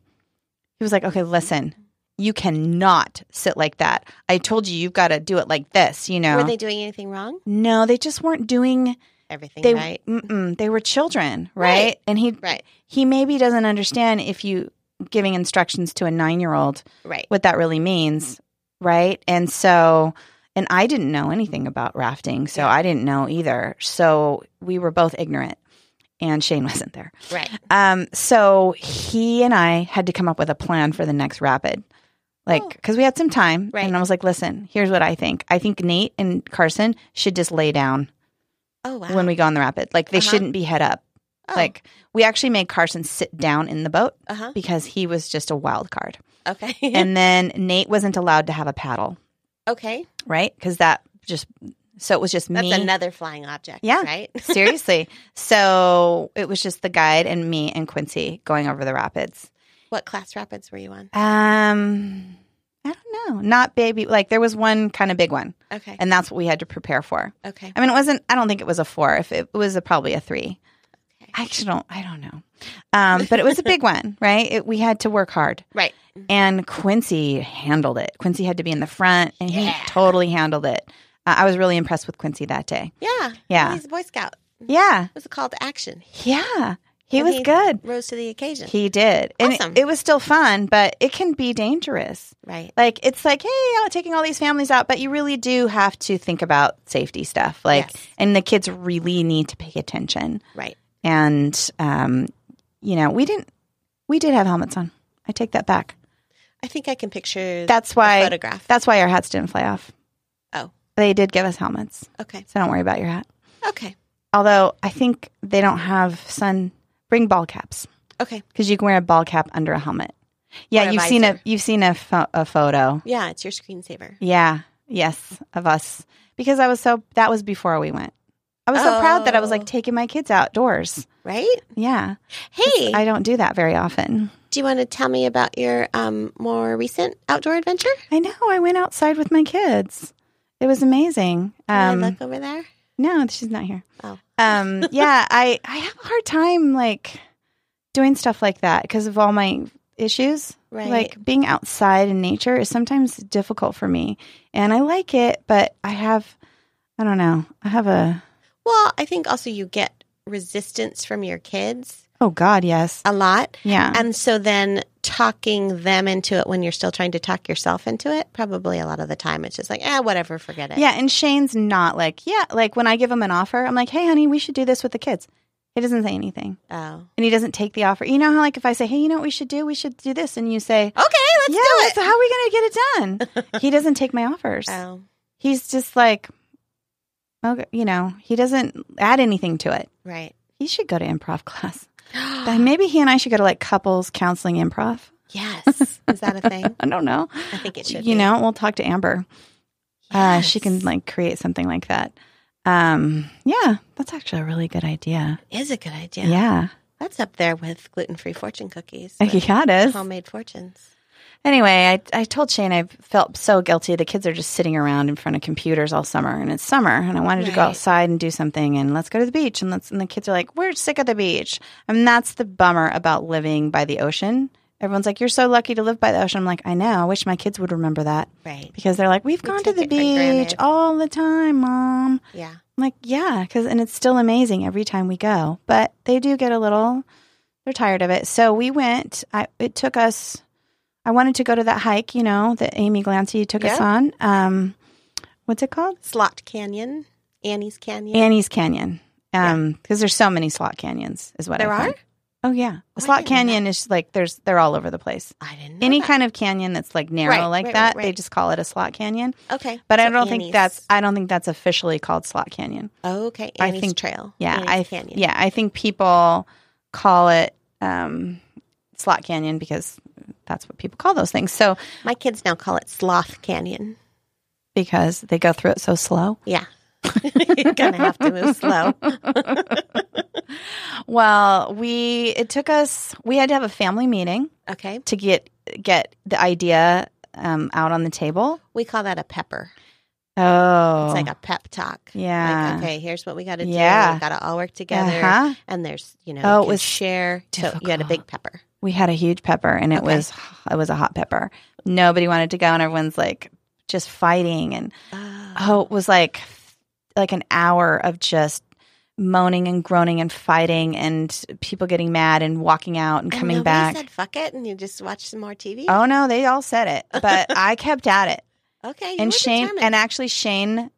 Speaker 3: he was like okay listen you cannot sit like that i told you you've got to do it like this you know
Speaker 2: Were they doing anything wrong?
Speaker 3: no, they just weren't doing.
Speaker 2: Everything
Speaker 3: They
Speaker 2: right?
Speaker 3: mm-mm, they were children, right?
Speaker 2: Right.
Speaker 3: And he
Speaker 2: Right,
Speaker 3: he maybe doesn't understand if you giving instructions to a nine year old
Speaker 2: right.
Speaker 3: what that really means, right? And so, and I didn't know anything about rafting, so
Speaker 2: Yeah.
Speaker 3: I didn't know either. So we were both ignorant, and Shane wasn't there.
Speaker 2: Right.
Speaker 3: Um, so he and I had to come up with a plan for the next rapid. Like,
Speaker 2: Oh.
Speaker 3: because we had some time.
Speaker 2: Right.
Speaker 3: And I was like, listen, here's what I think. I think Nate and Carson should just lay down
Speaker 2: Oh wow.
Speaker 3: when we go on the rapid. Like, they
Speaker 2: Uh-huh.
Speaker 3: shouldn't be head up.
Speaker 2: oh,
Speaker 3: Like, we actually made Carson sit down in the boat
Speaker 2: uh huh.
Speaker 3: because he was just a wild card.
Speaker 2: Okay.
Speaker 3: and then Nate wasn't allowed to have a paddle,
Speaker 2: okay.
Speaker 3: right? Because that just, so it was just
Speaker 2: That's
Speaker 3: me.
Speaker 2: another flying object.
Speaker 3: Yeah.
Speaker 2: Right.
Speaker 3: Seriously. So it was just the guide and me and Quincy going over the rapids.
Speaker 2: What class rapids were you on?
Speaker 3: Um, I don't know. Not baby. Like there was one kind of big one,
Speaker 2: Okay.
Speaker 3: and that's what we had to prepare for.
Speaker 2: Okay.
Speaker 3: I mean, it wasn't. I don't think it was a four. If it, was a, probably a three.
Speaker 2: Okay.
Speaker 3: I actually don't. I don't know. Um, but it was a big one, right? It, we had to work hard,
Speaker 2: Right.
Speaker 3: and Quincy handled it. Quincy had to be in the front, and
Speaker 2: Yeah.
Speaker 3: he totally handled it. Uh, I was really impressed with Quincy that day.
Speaker 2: Yeah.
Speaker 3: Yeah.
Speaker 2: He's a Boy Scout.
Speaker 3: Yeah,
Speaker 2: It was a call to action.
Speaker 3: yeah, he
Speaker 2: And
Speaker 3: was good.
Speaker 2: Rose to the occasion.
Speaker 3: He did, and it-
Speaker 2: Awesome.
Speaker 3: it was still fun, but it can be dangerous.
Speaker 2: right.
Speaker 3: Like it's like, hey, I'm taking all these families out, but you really do have to think about safety stuff. Like,
Speaker 2: Yes.
Speaker 3: and the kids really need to pay attention.
Speaker 2: Right.
Speaker 3: And um, you know, we didn't, we did have helmets on. I take that back.
Speaker 2: I think I can picture
Speaker 3: That's why.
Speaker 2: the photograph.
Speaker 3: That's why our hats didn't fly off.
Speaker 2: Oh.
Speaker 3: they did give us helmets,
Speaker 2: okay.
Speaker 3: so don't worry about your hat.
Speaker 2: Okay.
Speaker 3: Although I think they don't have sun. Bring ball caps
Speaker 2: Okay.
Speaker 3: because you can wear a ball cap under a helmet. Yeah,
Speaker 2: Or a
Speaker 3: you've seen a
Speaker 2: visor.
Speaker 3: you've seen a, pho- a photo.
Speaker 2: Yeah, it's your screensaver.
Speaker 3: Yeah. Yes, of us. Because I was so that was before we went. I was so proud that I was
Speaker 2: Oh.
Speaker 3: like taking my kids outdoors.
Speaker 2: Right?
Speaker 3: Yeah.
Speaker 2: Hey,
Speaker 3: I don't do that very often.
Speaker 2: do you want to tell me about your um, more recent outdoor adventure?
Speaker 3: I know. I went outside with my kids. It was amazing.
Speaker 2: Can I
Speaker 3: Um
Speaker 2: look over there?
Speaker 3: no, she's not here.
Speaker 2: Oh.
Speaker 3: Um yeah, I I have a hard time like doing stuff like that because of all my issues.
Speaker 2: Right.
Speaker 3: Like being outside in nature is sometimes difficult for me. And I like it, but I have I don't know. I have a
Speaker 2: Well, I think also you get resistance from your kids.
Speaker 3: Oh God, yes.
Speaker 2: a lot.
Speaker 3: Yeah.
Speaker 2: And so then talking them into it when you're still trying to talk yourself into it, probably a lot of the time it's just like, eh, whatever, forget it.
Speaker 3: Yeah, and Shane's not like, yeah, like when I give him an offer, I'm like, hey, honey, we should do this with the kids. He doesn't say anything,
Speaker 2: Oh.
Speaker 3: and he doesn't take the offer. You know how, like, if I say, hey, you know what we should do? We should do this, and you say,
Speaker 2: Okay, let's
Speaker 3: yeah,
Speaker 2: do it.
Speaker 3: so how are we going to get it done? he doesn't take my offers.
Speaker 2: Oh.
Speaker 3: He's just like, okay, you know, he doesn't add anything to it.
Speaker 2: Right.
Speaker 3: He should go to improv class. But Maybe he and I should go to like couples counseling improv.
Speaker 2: yes. Is that a thing?
Speaker 3: I don't know.
Speaker 2: I think it should
Speaker 3: you
Speaker 2: be.
Speaker 3: know we'll talk to amber uh, she can
Speaker 2: Yes.
Speaker 3: like create something like that um yeah that's actually a really good idea
Speaker 2: Is a good idea.
Speaker 3: yeah yeah,
Speaker 2: That's up there with gluten free fortune cookies. with
Speaker 3: it is
Speaker 2: Homemade fortunes.
Speaker 3: anyway I, I told shane i felt so guilty the kids are just sitting around in front of computers all summer and it's summer and i wanted to go
Speaker 2: Right.
Speaker 3: outside and do something and let's go to the beach and let's and the kids are like we're sick of the beach and that's the bummer about living by the ocean everyone's like you're so lucky to live by the ocean i'm like i know i wish my kids would remember that
Speaker 2: Right.
Speaker 3: because they're like we've
Speaker 2: We
Speaker 3: gone to
Speaker 2: take
Speaker 3: the
Speaker 2: it for
Speaker 3: beach
Speaker 2: granted.
Speaker 3: all the time mom
Speaker 2: Yeah.
Speaker 3: I'm like, yeah, because and it's still amazing every time we go, but they do get a little. They're tired of it, so we went. I it took us. I wanted to go to that hike, you know, that Amy Glancy took us
Speaker 2: Yeah.
Speaker 3: on. Um, what's it called?
Speaker 2: Slot Canyon. Annie's Canyon.
Speaker 3: Annie's Canyon. Um, because there's so many slot canyons, is what
Speaker 2: There
Speaker 3: I
Speaker 2: are?
Speaker 3: found. Oh yeah, a
Speaker 2: I
Speaker 3: slot
Speaker 2: didn't know
Speaker 3: canyon is like there's they're all over the place.
Speaker 2: I didn't know.
Speaker 3: Any
Speaker 2: that.
Speaker 3: kind of canyon that's like narrow
Speaker 2: Right,
Speaker 3: like
Speaker 2: right,
Speaker 3: that,
Speaker 2: right,
Speaker 3: they
Speaker 2: right.
Speaker 3: just call it a slot canyon.
Speaker 2: Okay.
Speaker 3: But I
Speaker 2: So
Speaker 3: don't
Speaker 2: Annie's-
Speaker 3: think that's I don't think that's officially called slot canyon.
Speaker 2: Oh, okay.
Speaker 3: I
Speaker 2: Annie's
Speaker 3: think-
Speaker 2: Trail.
Speaker 3: Yeah,
Speaker 2: Annie's
Speaker 3: I th-
Speaker 2: Canyon.
Speaker 3: yeah, I think people call it um, slot canyon because that's what people call those things. So
Speaker 2: My kids now call it Sloth Canyon.
Speaker 3: because they go through it so slow.
Speaker 2: Yeah. You're gonna have to move slow.
Speaker 3: Well, we it took us we had to have a family meeting
Speaker 2: Okay.
Speaker 3: to get get the idea um, out on the table.
Speaker 2: We call that a pepper.
Speaker 3: Oh,
Speaker 2: It's like a pep talk.
Speaker 3: Yeah.
Speaker 2: Like, okay, here's what we got to do.
Speaker 3: Yeah.
Speaker 2: We got to all work together.
Speaker 3: Uh-huh.
Speaker 2: And there's, you know,
Speaker 3: Oh,
Speaker 2: you
Speaker 3: it
Speaker 2: can
Speaker 3: was
Speaker 2: share. So you had a
Speaker 3: difficult.
Speaker 2: big pepper.
Speaker 3: We had a huge pepper, and it
Speaker 2: Okay.
Speaker 3: was it was a hot pepper. Nobody wanted to go, and everyone's like just fighting and oh it was like like an hour of just moaning and groaning and fighting and people getting mad and walking out and
Speaker 2: And
Speaker 3: coming
Speaker 2: nobody
Speaker 3: back
Speaker 2: said fuck it and you just watched some more TV.
Speaker 3: oh no they all said it but i kept at it
Speaker 2: okay. you
Speaker 3: and
Speaker 2: were
Speaker 3: shane
Speaker 2: determined.
Speaker 3: and actually shane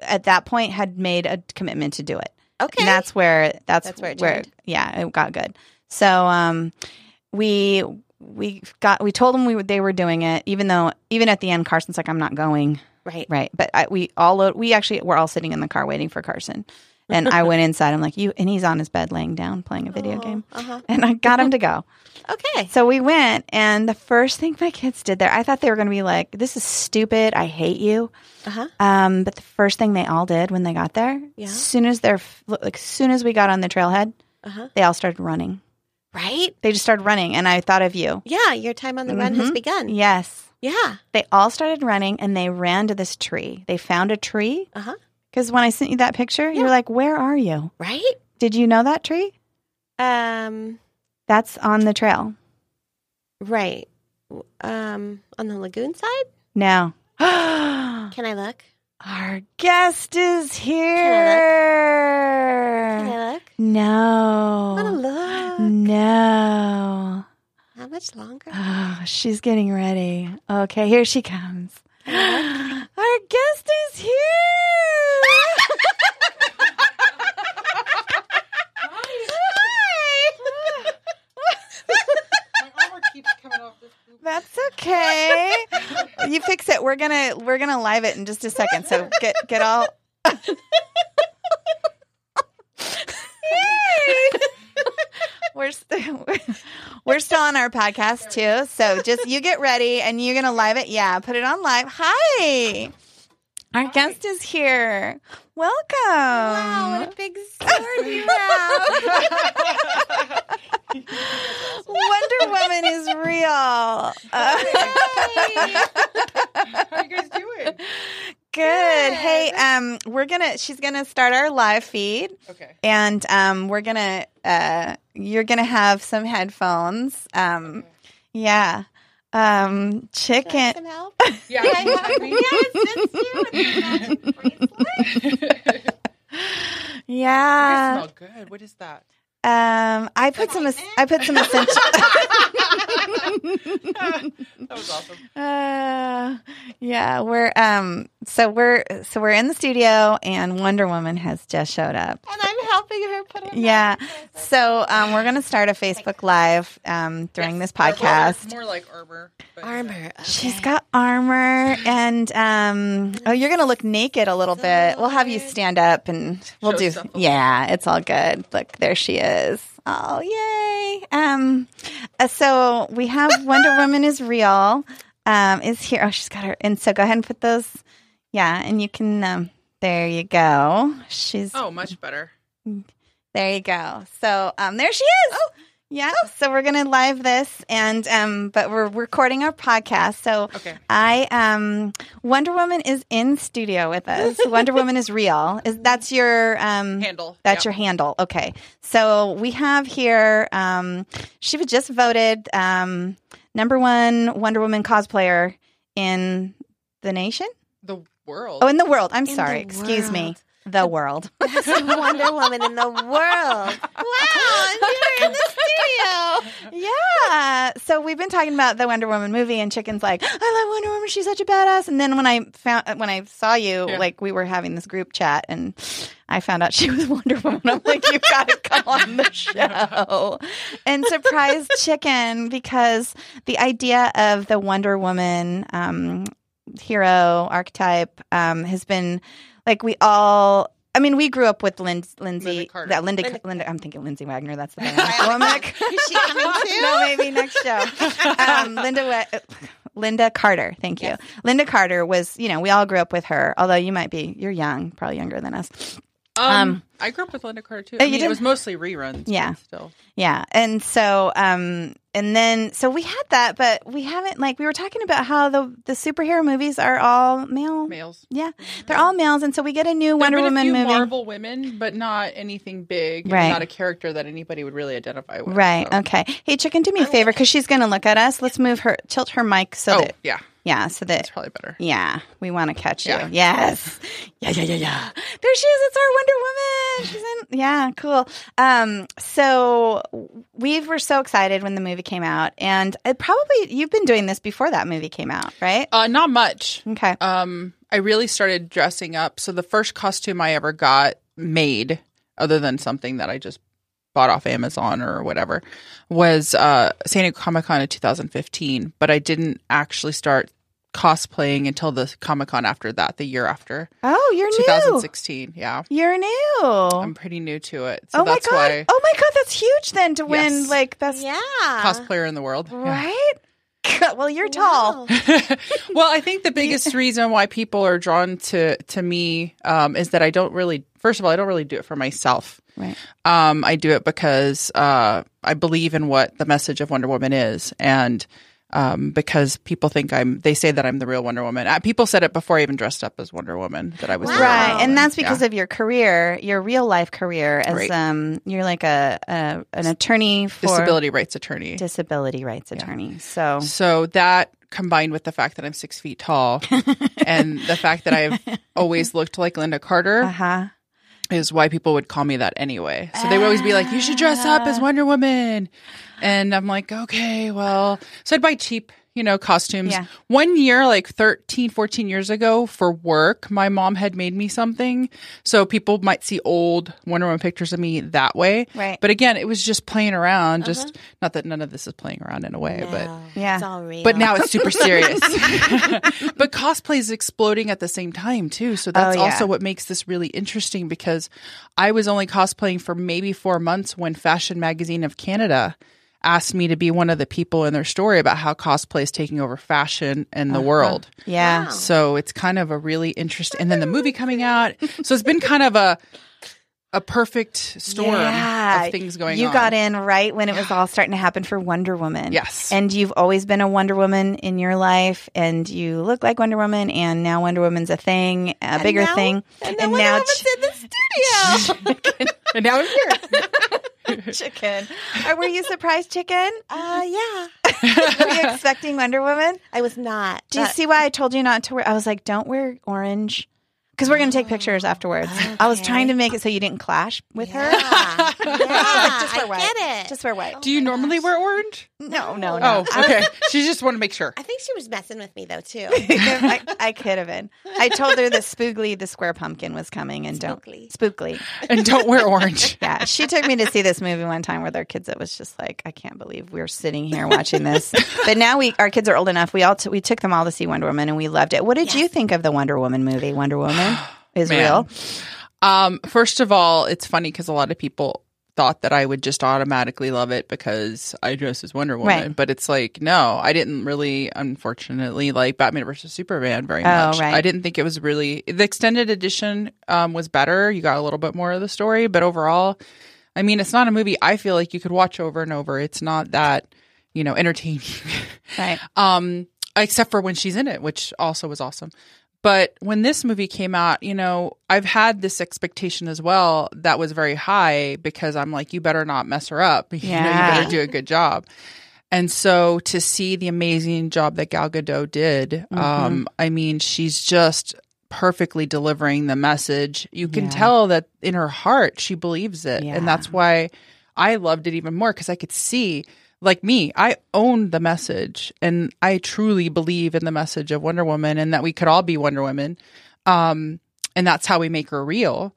Speaker 3: at that point had made a commitment to do it
Speaker 2: okay.
Speaker 3: and that's where that's,
Speaker 2: That's where it turned.
Speaker 3: yeah it got good so um we we got we told them we were, they were doing it even though even at the end carson's like i'm not going
Speaker 2: right.
Speaker 3: Right. But I, we all, lo- we actually were all sitting in the car waiting for Carson. And I went inside. I'm like, you, and he's on his bed laying down playing a video
Speaker 2: Oh,
Speaker 3: game.
Speaker 2: Uh-huh.
Speaker 3: And I got him to go.
Speaker 2: Okay.
Speaker 3: So we went. And the first thing my kids did there, I thought they were going to be like, this is stupid. I hate you.
Speaker 2: Uh-huh.
Speaker 3: Um, but the first thing they all did when they got there,
Speaker 2: Yeah.
Speaker 3: as soon as they're, f- like, as soon as we got on the trailhead,
Speaker 2: Uh-huh.
Speaker 3: they all started running.
Speaker 2: Right?
Speaker 3: They just started running. And I thought of you.
Speaker 2: Yeah, your time on the run has
Speaker 3: Mhm.
Speaker 2: begun.
Speaker 3: Yes.
Speaker 2: Yeah.
Speaker 3: They all started running and they ran to this tree. They found a tree.
Speaker 2: Uh-huh.
Speaker 3: Because when I sent you that picture, you were like, Where are you?
Speaker 2: Right?
Speaker 3: Did you know that tree?
Speaker 2: Um
Speaker 3: That's on the trail.
Speaker 2: right. W- Um on the lagoon side?
Speaker 3: No. Our
Speaker 2: Can I look?
Speaker 3: guest is
Speaker 2: Can
Speaker 3: here.
Speaker 2: I look? I want to
Speaker 3: No. Mm.
Speaker 2: look.
Speaker 3: No.
Speaker 2: How much longer?
Speaker 3: Oh, she's getting ready. Okay, here she comes. Our guest is here. Hi. That's okay. you fix it. We're gonna we're gonna live it in just a second. So get get all. we're st- we're still on our podcast too. So just you get ready and you're gonna live it. Yeah, put it on live. Hi. Our guest is here. Welcome.
Speaker 2: Wow, what a big sword you have.
Speaker 3: Wonder Woman is real. Uh,
Speaker 4: How are you guys doing?
Speaker 3: Good. Hey, um, we're gonna. She's gonna start our live feed,
Speaker 4: Okay.
Speaker 3: and um, we're gonna. Uh, you're gonna have some headphones. Um, yeah. Um, chicken.
Speaker 2: Some help?
Speaker 4: Yeah.
Speaker 2: Can I help? Yes, that's you with the magic bracelet.
Speaker 4: You guys
Speaker 3: Yeah. Uh,
Speaker 4: smell Oh, good. What is that?
Speaker 3: Um, I put some. es- I put some essential.
Speaker 4: That was awesome.
Speaker 3: Uh, yeah, we're um. So we're so we're in the studio, and Wonder Woman has just showed up.
Speaker 2: And I'm helping her put it.
Speaker 3: Yeah. So um, we're gonna start a Facebook Live um during this podcast.
Speaker 4: More like Arbor. But
Speaker 2: Armor.
Speaker 3: She's got armor and um oh you're gonna look naked a little bit. We'll have you stand up and we'll
Speaker 4: Show
Speaker 3: do
Speaker 4: yourself a little.
Speaker 3: Yeah, it's all good. Look, there she is. Oh yay. Um uh, so we have Wonder Woman is real. Um is here. Oh she's got her and so go ahead and put those yeah, and you can um there you go. She's
Speaker 4: Oh, much better.
Speaker 3: there you go. So um, there she is. Oh, yeah. So we're gonna live this, and um, but we're recording our podcast. So
Speaker 4: Okay.
Speaker 3: I um, Wonder Woman is in studio with us. Wonder Woman is real. Is that's your um
Speaker 4: Handle.
Speaker 3: That's
Speaker 4: Yeah.
Speaker 3: your handle. Okay. So we have here. Um, she was just voted um number one Wonder Woman cosplayer in the nation.
Speaker 4: The world.
Speaker 3: Oh, in the world. I'm
Speaker 2: the
Speaker 3: sorry. Excuse me.
Speaker 2: world.
Speaker 3: The world.
Speaker 2: Best Wonder Woman in the world.
Speaker 3: Wow, you're in the studio. Yeah. So we've been talking about the Wonder Woman movie, and Chicken's like, I love Wonder Woman. She's such a badass. And then when I found when I saw you,
Speaker 4: Yeah.
Speaker 3: like we were having this group chat, and I found out she was Wonder Woman. I'm like, you've got to come on the show and surprise Chicken because the idea of the Wonder Woman um, hero archetype um, has been like we all. I mean, we grew up with Lin- Lindsay.
Speaker 4: Linda Carter.
Speaker 3: That Linda, Linda,
Speaker 2: Linda-
Speaker 3: I'm thinking Lindsay Wagner. That's the
Speaker 2: Womack.
Speaker 3: thing.
Speaker 2: Is she coming too?
Speaker 3: no, maybe next show. Um, Linda. Wa- Linda Carter, thank you. Linda Carter was, you know, we all grew up with her. Although you might be, you're young, probably younger than us.
Speaker 4: um,
Speaker 3: um,
Speaker 4: I grew up with Linda Carter too.
Speaker 3: Oh,
Speaker 4: I
Speaker 3: you
Speaker 4: mean,
Speaker 3: did?
Speaker 4: it was mostly reruns. but
Speaker 3: Yeah.
Speaker 4: Still.
Speaker 3: Yeah. And so um and then so we had that, but we haven't like we were talking about how the the superhero movies are all male.
Speaker 4: Males.
Speaker 3: Yeah. They're all males and so we get a new Wonder
Speaker 4: There've Mm-hmm. been a
Speaker 3: Woman
Speaker 4: few
Speaker 3: movie.
Speaker 4: Marvel women, but not anything big. and
Speaker 3: Right.
Speaker 4: Not a character that anybody would really identify with.
Speaker 3: Right.
Speaker 4: so-
Speaker 3: Okay. Hey, chicken, do me a favor cuz she's going to look at us. Let's move her tilt her mic so
Speaker 4: Oh,
Speaker 3: that
Speaker 4: yeah.
Speaker 3: yeah, so that
Speaker 4: It's probably better.
Speaker 3: Yeah, we want to catch you.
Speaker 4: Yeah.
Speaker 3: Yes. Yeah, yeah, yeah, yeah. There she is. It's our Wonder Woman. She's in. Yeah, cool. Um, so we were so excited when the movie came out, and it probably you've been doing this before that movie came out, right?
Speaker 4: Uh, not much.
Speaker 3: Okay.
Speaker 4: um, I really started dressing up. So the first costume I ever got made, other than something that I just bought off Amazon or whatever, was uh, San Diego Comic Con in 2015. But I didn't actually start cosplaying until the Comic Con after that, the year after
Speaker 3: Oh, you're new.
Speaker 4: 2016. Yeah,
Speaker 3: You're new.
Speaker 4: I'm pretty new to it, so
Speaker 3: oh my
Speaker 4: that's
Speaker 3: god.
Speaker 4: why
Speaker 3: Oh my god, that's huge then to win
Speaker 4: Yes.
Speaker 3: like best.
Speaker 2: Yeah.
Speaker 4: cosplayer in the world. Yeah.
Speaker 3: Right. well, you're
Speaker 2: Wow.
Speaker 3: tall.
Speaker 4: well, I think the biggest reason why people are drawn to to me um, is that I don't really. First of all, I don't really do it for myself.
Speaker 3: Right.
Speaker 4: Um, I do it because uh, I believe in what the message of Wonder Woman is, and um, because people think I'm. They say that I'm the real Wonder Woman. Uh, people said it before I even dressed up as Wonder Woman that I was the real Wonder
Speaker 3: Right,
Speaker 4: Woman.
Speaker 3: and that's because
Speaker 4: Yeah.
Speaker 3: of your career, your real life career as
Speaker 4: Right.
Speaker 3: um, you're like a, a an attorney for
Speaker 4: disability rights attorney.
Speaker 3: disability rights attorney. So
Speaker 4: So that combined with the fact that I'm six feet tall and the fact that I've always looked like Linda Carter.
Speaker 3: Uh huh.
Speaker 4: is why people would call me that anyway. So they would always be like, "You should dress up
Speaker 3: Ah.
Speaker 4: as Wonder Woman," and I'm like, "Okay, well." So I'd buy cheap, you know, costumes.
Speaker 3: Yeah.
Speaker 4: One year, like 13, 14 years ago, for work, my mom had made me something, so people might see old Wonder Woman pictures of me that way.
Speaker 3: Right. Uh-huh.
Speaker 4: But again, it was just playing around. Just not that none of this is playing around in a way, but
Speaker 2: No,
Speaker 3: Yeah.
Speaker 2: Oh, It's all real.
Speaker 4: but now it's super serious. but cosplay is exploding at the same time too, so that's
Speaker 3: Oh, yeah.
Speaker 4: also what makes this really interesting because I was only cosplaying for maybe 4 months when Fashion Magazine of Canada asked me to be one of the people in their story about how cosplay is taking over fashion and
Speaker 3: Uh-huh.
Speaker 4: the world.
Speaker 3: Yeah.
Speaker 2: Wow.
Speaker 4: So it's kind of a really interesting and then the movie coming out. So it's been kind of a a perfect storm
Speaker 3: Yeah.
Speaker 4: of things going
Speaker 3: you
Speaker 4: on.
Speaker 3: got in right when it was all starting to happen for Wonder Woman.
Speaker 4: Yes.
Speaker 3: And you've always been a Wonder Woman in your life, and you look like Wonder Woman, and now Wonder Woman's a thing, a
Speaker 2: And
Speaker 3: bigger
Speaker 2: now-
Speaker 3: thing.
Speaker 2: And, now Wonder Woman's in the studio.
Speaker 4: and now I'm here.
Speaker 3: ch- chicken. Or were you surprised, chicken?
Speaker 2: uh, yeah.
Speaker 3: Were you expecting Wonder Woman?
Speaker 2: I was not.
Speaker 3: Do you
Speaker 2: but-
Speaker 3: see why I told you not to wear? I was like, don't wear
Speaker 2: Oh,
Speaker 3: orange. Because we're going to take pictures afterwards. I was trying to make it so you didn't clash with her.
Speaker 2: Yeah.
Speaker 3: just
Speaker 2: I
Speaker 3: wear white.
Speaker 2: get it.
Speaker 3: Just wear white.
Speaker 4: Do you normally wear orange?
Speaker 3: No, no,
Speaker 4: Oh,
Speaker 3: no.
Speaker 4: okay. she just wanted to make sure.
Speaker 2: I think she was messing with me though too.
Speaker 3: I, I could have been. I told her that Spoogly, the square pumpkin, was coming, and
Speaker 2: Spookly.
Speaker 3: don't Spookly.
Speaker 4: And don't wear orange.
Speaker 3: Yeah, she took me to see this movie one time with our kids. It was just like I can't believe we're sitting here watching this. but now we, our kids are old enough. We all t- we took them all to see Wonder Woman, and we loved it. What did you think of the Wonder Woman movie? Wonder Woman is
Speaker 4: Man.
Speaker 3: real.
Speaker 4: Um, first of all, it's funny because a lot of people thought that I would just automatically love it because I dress as Wonder Woman,
Speaker 3: Right.
Speaker 4: but it's like no, I didn't really, unfortunately, like Batman versus Superman very
Speaker 3: Oh,
Speaker 4: much.
Speaker 3: right.
Speaker 4: I didn't think it was really the extended edition um, was better. You got a little bit more of the story, but overall, I mean, it's not a movie I feel like you could watch over and over. It's not that you know entertaining.
Speaker 3: Right.
Speaker 4: um except for when she's in it which also was awesome but when this movie came out you know i've had this expectation as well that was very high because i'm like you better not mess her up you know
Speaker 3: Yeah.
Speaker 4: you better do a good job and so to see the amazing job that gal gadot did
Speaker 3: Mm-hmm.
Speaker 4: um i mean she's just perfectly delivering the message you can
Speaker 3: Yeah.
Speaker 4: tell that in her heart she believes it
Speaker 3: Yeah.
Speaker 4: and that's why i loved it even more because i could see like me, I own the message and I truly believe in the message of Wonder Woman and that we could all be Wonder Woman. Um, and that's how we make her real.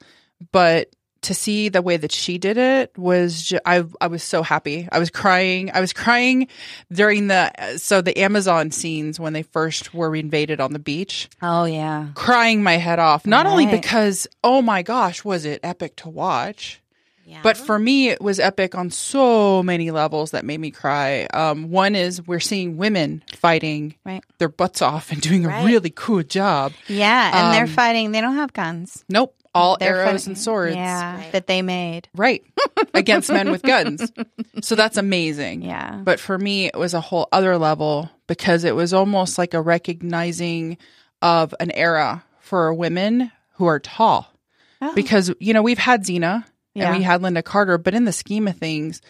Speaker 4: But to see the way that she did it was ju- I I was so happy. I was crying. I was crying during the so the Amazon scenes when they first were invaded on the beach
Speaker 3: Oh yeah.
Speaker 4: crying my head off. Not only
Speaker 3: Right.
Speaker 4: because, oh my gosh, was it epic to watch,
Speaker 2: Yeah.
Speaker 4: but for me, it was epic on so many levels that made me cry. Um, one is we're seeing women fighting
Speaker 3: Right.
Speaker 4: their butts off and doing
Speaker 2: Right.
Speaker 4: a really cool job.
Speaker 3: Yeah, and
Speaker 4: Um,
Speaker 3: they're fighting. They don't have guns.
Speaker 4: Nope, all
Speaker 3: They're fighting-
Speaker 4: arrows and swords.
Speaker 3: Yeah,
Speaker 2: Right.
Speaker 3: that they made.
Speaker 4: Right. Against men with guns. So that's amazing.
Speaker 3: Yeah.
Speaker 4: But for me, it was a whole other level because it was almost like a recognizing of an era for women who are tall.
Speaker 3: Oh.
Speaker 4: Because, you know, we've had Xena
Speaker 3: Yeah.
Speaker 4: and we had Linda Carter, but in the scheme of things,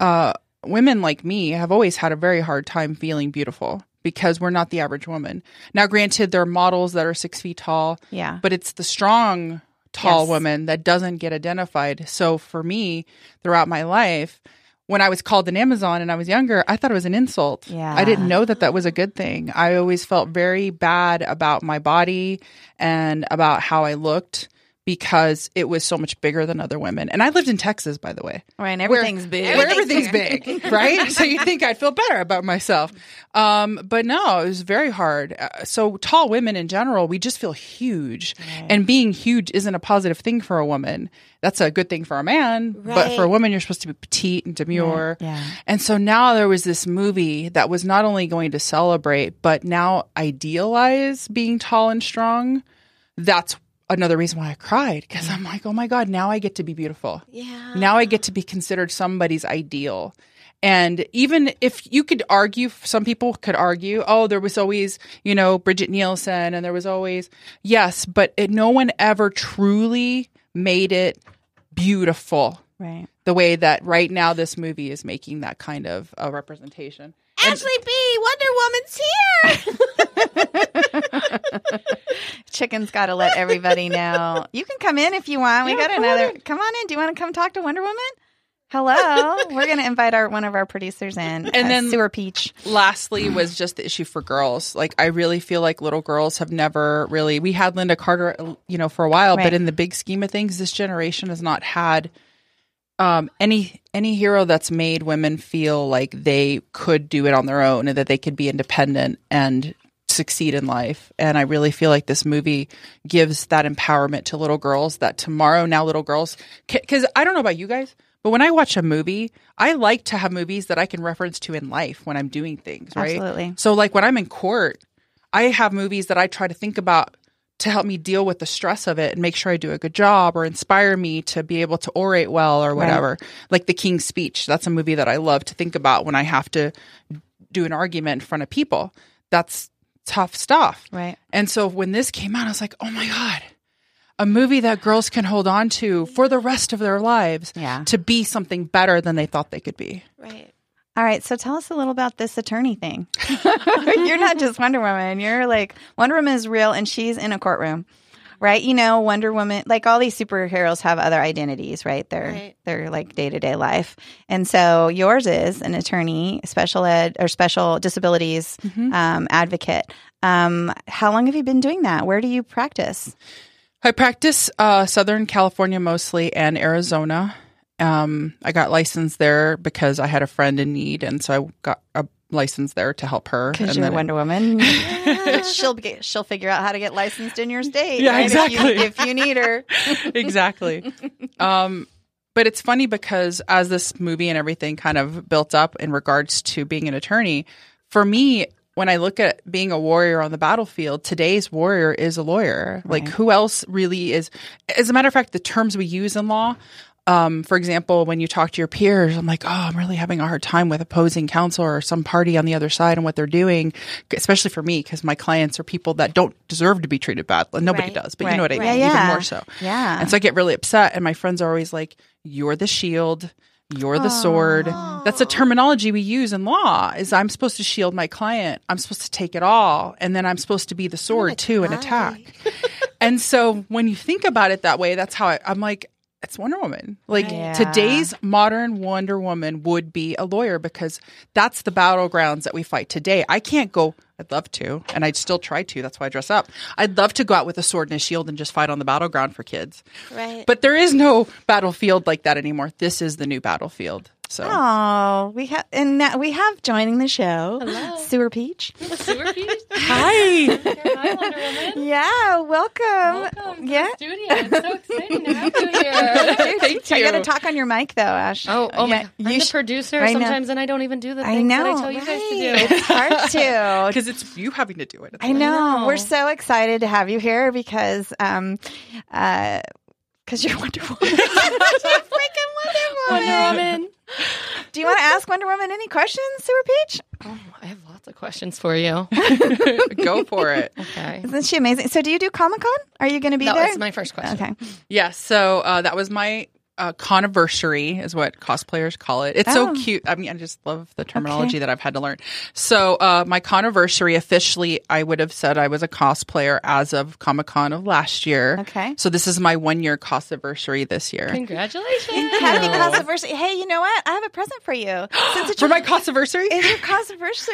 Speaker 4: uh, women like me have always had a very hard time feeling beautiful because we're not the average woman. Now, granted, there are models that are six feet tall,
Speaker 3: Yeah.
Speaker 4: but it's the strong tall
Speaker 3: Yes.
Speaker 4: woman that doesn't get identified so for me throughout my life when i was called an amazon and i was younger i thought it was an insult
Speaker 3: Yeah.
Speaker 4: i didn't know that that was a good thing i always felt very bad about my body and about how i looked because it was so much bigger than other women and i lived in texas by the way
Speaker 3: Right. And
Speaker 4: where-
Speaker 3: everything's big.
Speaker 4: Where everything's big, right? so you think I'd feel better about myself. Um, but no, it was very hard. Uh, so tall women in general, we just feel huge. And being huge isn't a positive thing for a woman. That's a good thing for a man, but for a
Speaker 2: Right.
Speaker 4: woman, you're supposed to be petite and demure.
Speaker 3: Yeah.
Speaker 4: And so now there was this movie that was not only going to celebrate, but now idealize being tall and strong. That's another reason why I cried because I'm like, oh my God, now I get to be beautiful.
Speaker 2: yeah.
Speaker 4: Now I get to be considered somebody's ideal. And even if you could argue, some people could argue, oh, there was always, you know, Bridget Nielsen and there was always, yes, but it, no one ever truly made it beautiful
Speaker 3: Right.
Speaker 4: the way that right now this movie is making that kind of a representation.
Speaker 2: Ashley B, Wonder Woman's here.
Speaker 3: Chicken's got to let everybody know. You can come in if you want. We
Speaker 4: Yeah,
Speaker 3: got
Speaker 4: come on
Speaker 3: another. Come on in. Do you want to come talk to Wonder Woman? Hello. We're going to invite our one of our producers in, and
Speaker 4: then-
Speaker 3: Sewer Peach.
Speaker 4: lastly was just the issue for girls like i really feel like little girls have never really we had linda carter you know for a while
Speaker 3: Right.
Speaker 4: but in the big scheme of things this generation has not had um, any any hero that's made women feel like they could do it on their own and that they could be independent and succeed in life and i really feel like this movie gives that empowerment to little girls that tomorrow now little girls because i don't know about you guys but when i watch a movie i like to have movies that i can reference to in life when i'm doing things right
Speaker 3: Absolutely.
Speaker 4: so like when i'm in court i have movies that i try to think about to help me deal with the stress of it and make sure I do a good job or inspire me to be able to orate well or whatever. Like The King's Speech, that's a movie that I love to think about when I have to do an argument in front of people. That's tough stuff.
Speaker 3: Right.
Speaker 4: And so when this came out, I was like, oh my God, a movie that girls can hold on to for the rest of their lives
Speaker 3: Yeah.
Speaker 4: to be something better than they thought they could be.
Speaker 2: right.
Speaker 3: All right. So tell us a little about this attorney thing. you're not just Wonder Woman. You're like Wonder Woman is real, and she's in a courtroom. right? You know, Wonder Woman, like all these superheroes have other identities, right? They're
Speaker 2: Right.
Speaker 3: they're like day to day life, and so yours is an attorney, special ed or special disabilities
Speaker 4: Mhm.
Speaker 3: um, advocate. Um, how long have you been doing that? Where do you practice?
Speaker 4: I practice uh, Southern California mostly and Arizona. Um, I got licensed there because I had a friend in need, and so I got a license there to help her. And
Speaker 3: Because you're
Speaker 4: then it-
Speaker 3: Wonder Woman, she'll get, she'll figure out how to get licensed in your state.
Speaker 4: Yeah,
Speaker 3: right? If you-
Speaker 4: exactly.
Speaker 3: If you need her,
Speaker 4: exactly. Um, but it's funny because as this movie and everything kind of built up in regards to being an attorney, for me, when I look at being a warrior on the battlefield, today's warrior is a lawyer. Like, who else really is? As a matter of fact, the terms we use in law, um, for example, when you talk to your peers, I'm like, oh, I'm really having a hard time with opposing counsel or some party on the other side and what they're doing, especially for me, because my clients are people that don't deserve to be treated badly. Nobody
Speaker 2: Right.
Speaker 4: does, but
Speaker 3: Right.
Speaker 4: you know what I
Speaker 3: Yeah,
Speaker 4: mean?
Speaker 3: yeah.
Speaker 4: Even more so.
Speaker 3: yeah.
Speaker 4: And so I get really upset. And my friends are always like, you're the shield. You're the sword. That's a terminology we use in law is I'm supposed to shield my client. I'm supposed to take it all. And then I'm supposed to be the sword too and attack. and so when you think about it that way, that's how I, I'm like, it's Wonder Woman. Like
Speaker 3: Right.
Speaker 4: today's modern Wonder Woman would be a lawyer because that's the battlegrounds that we fight today. I can't go, I'd love to, and I'd still try to. That's why I dress up. I'd love to go out with a sword and a shield and just fight on the battleground for kids.
Speaker 2: Right.
Speaker 4: But there is no battlefield like that anymore. This is the new battlefield. So
Speaker 3: Oh, we have and now we have joining the show Sewer Peach.
Speaker 5: Sewer Peach?
Speaker 4: hi,
Speaker 5: Hi, Wonder Woman.
Speaker 3: Yeah, welcome.
Speaker 5: Welcome to
Speaker 3: yeah.
Speaker 5: the studio. It's so exciting to have you here.
Speaker 4: thank
Speaker 3: I got to
Speaker 4: you.
Speaker 3: talk on your mic though, Ash.
Speaker 5: Oh, oh
Speaker 3: Yeah,
Speaker 5: my!
Speaker 3: you
Speaker 5: I'm the
Speaker 3: sh-
Speaker 5: producer
Speaker 3: I know.
Speaker 5: sometimes, and I don't even do the
Speaker 3: I
Speaker 5: things
Speaker 3: know.
Speaker 5: that I tell you guys
Speaker 3: right.
Speaker 5: to do.
Speaker 3: it's hard to.
Speaker 4: because it's you having to do it.
Speaker 3: I know.
Speaker 5: know.
Speaker 3: We're so excited to have you here because um uh because you're Wonder Woman. You're freaking
Speaker 5: Oh,
Speaker 3: Wonder Woman.
Speaker 5: Wonder Woman.
Speaker 3: Do you want to ask Wonder Woman any questions, Sewer Peach?
Speaker 5: Oh, I have lots of questions for you.
Speaker 4: Go for it.
Speaker 5: Okay.
Speaker 3: Isn't she amazing? So, do you do Comic Con? Are you going to be
Speaker 5: That
Speaker 3: there?
Speaker 5: was my first question.
Speaker 3: okay.
Speaker 4: Yeah, so uh, that was my uh, conversary, is what cosplayers call it. It's
Speaker 3: Oh.
Speaker 4: so cute. I mean, I just love the terminology that I've had to learn. So, uh, my conversary officially, I would have said I was a cosplayer as of Comic Con of last year.
Speaker 3: Okay.
Speaker 4: So, this is my one year costiversary this year.
Speaker 5: Congratulations.
Speaker 3: Happy Cosmiversary. Hey, you know what? I have a present for you. Since it's
Speaker 4: For
Speaker 3: your,
Speaker 4: my costiversary?
Speaker 3: it's your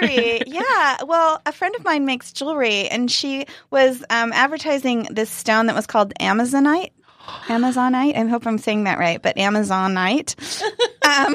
Speaker 3: Cosmiversary. yeah. Well, a friend of mine makes jewelry, and she was um, advertising this stone that was called Amazonite. Amazonite. I hope I'm saying that right, but Amazonite. um,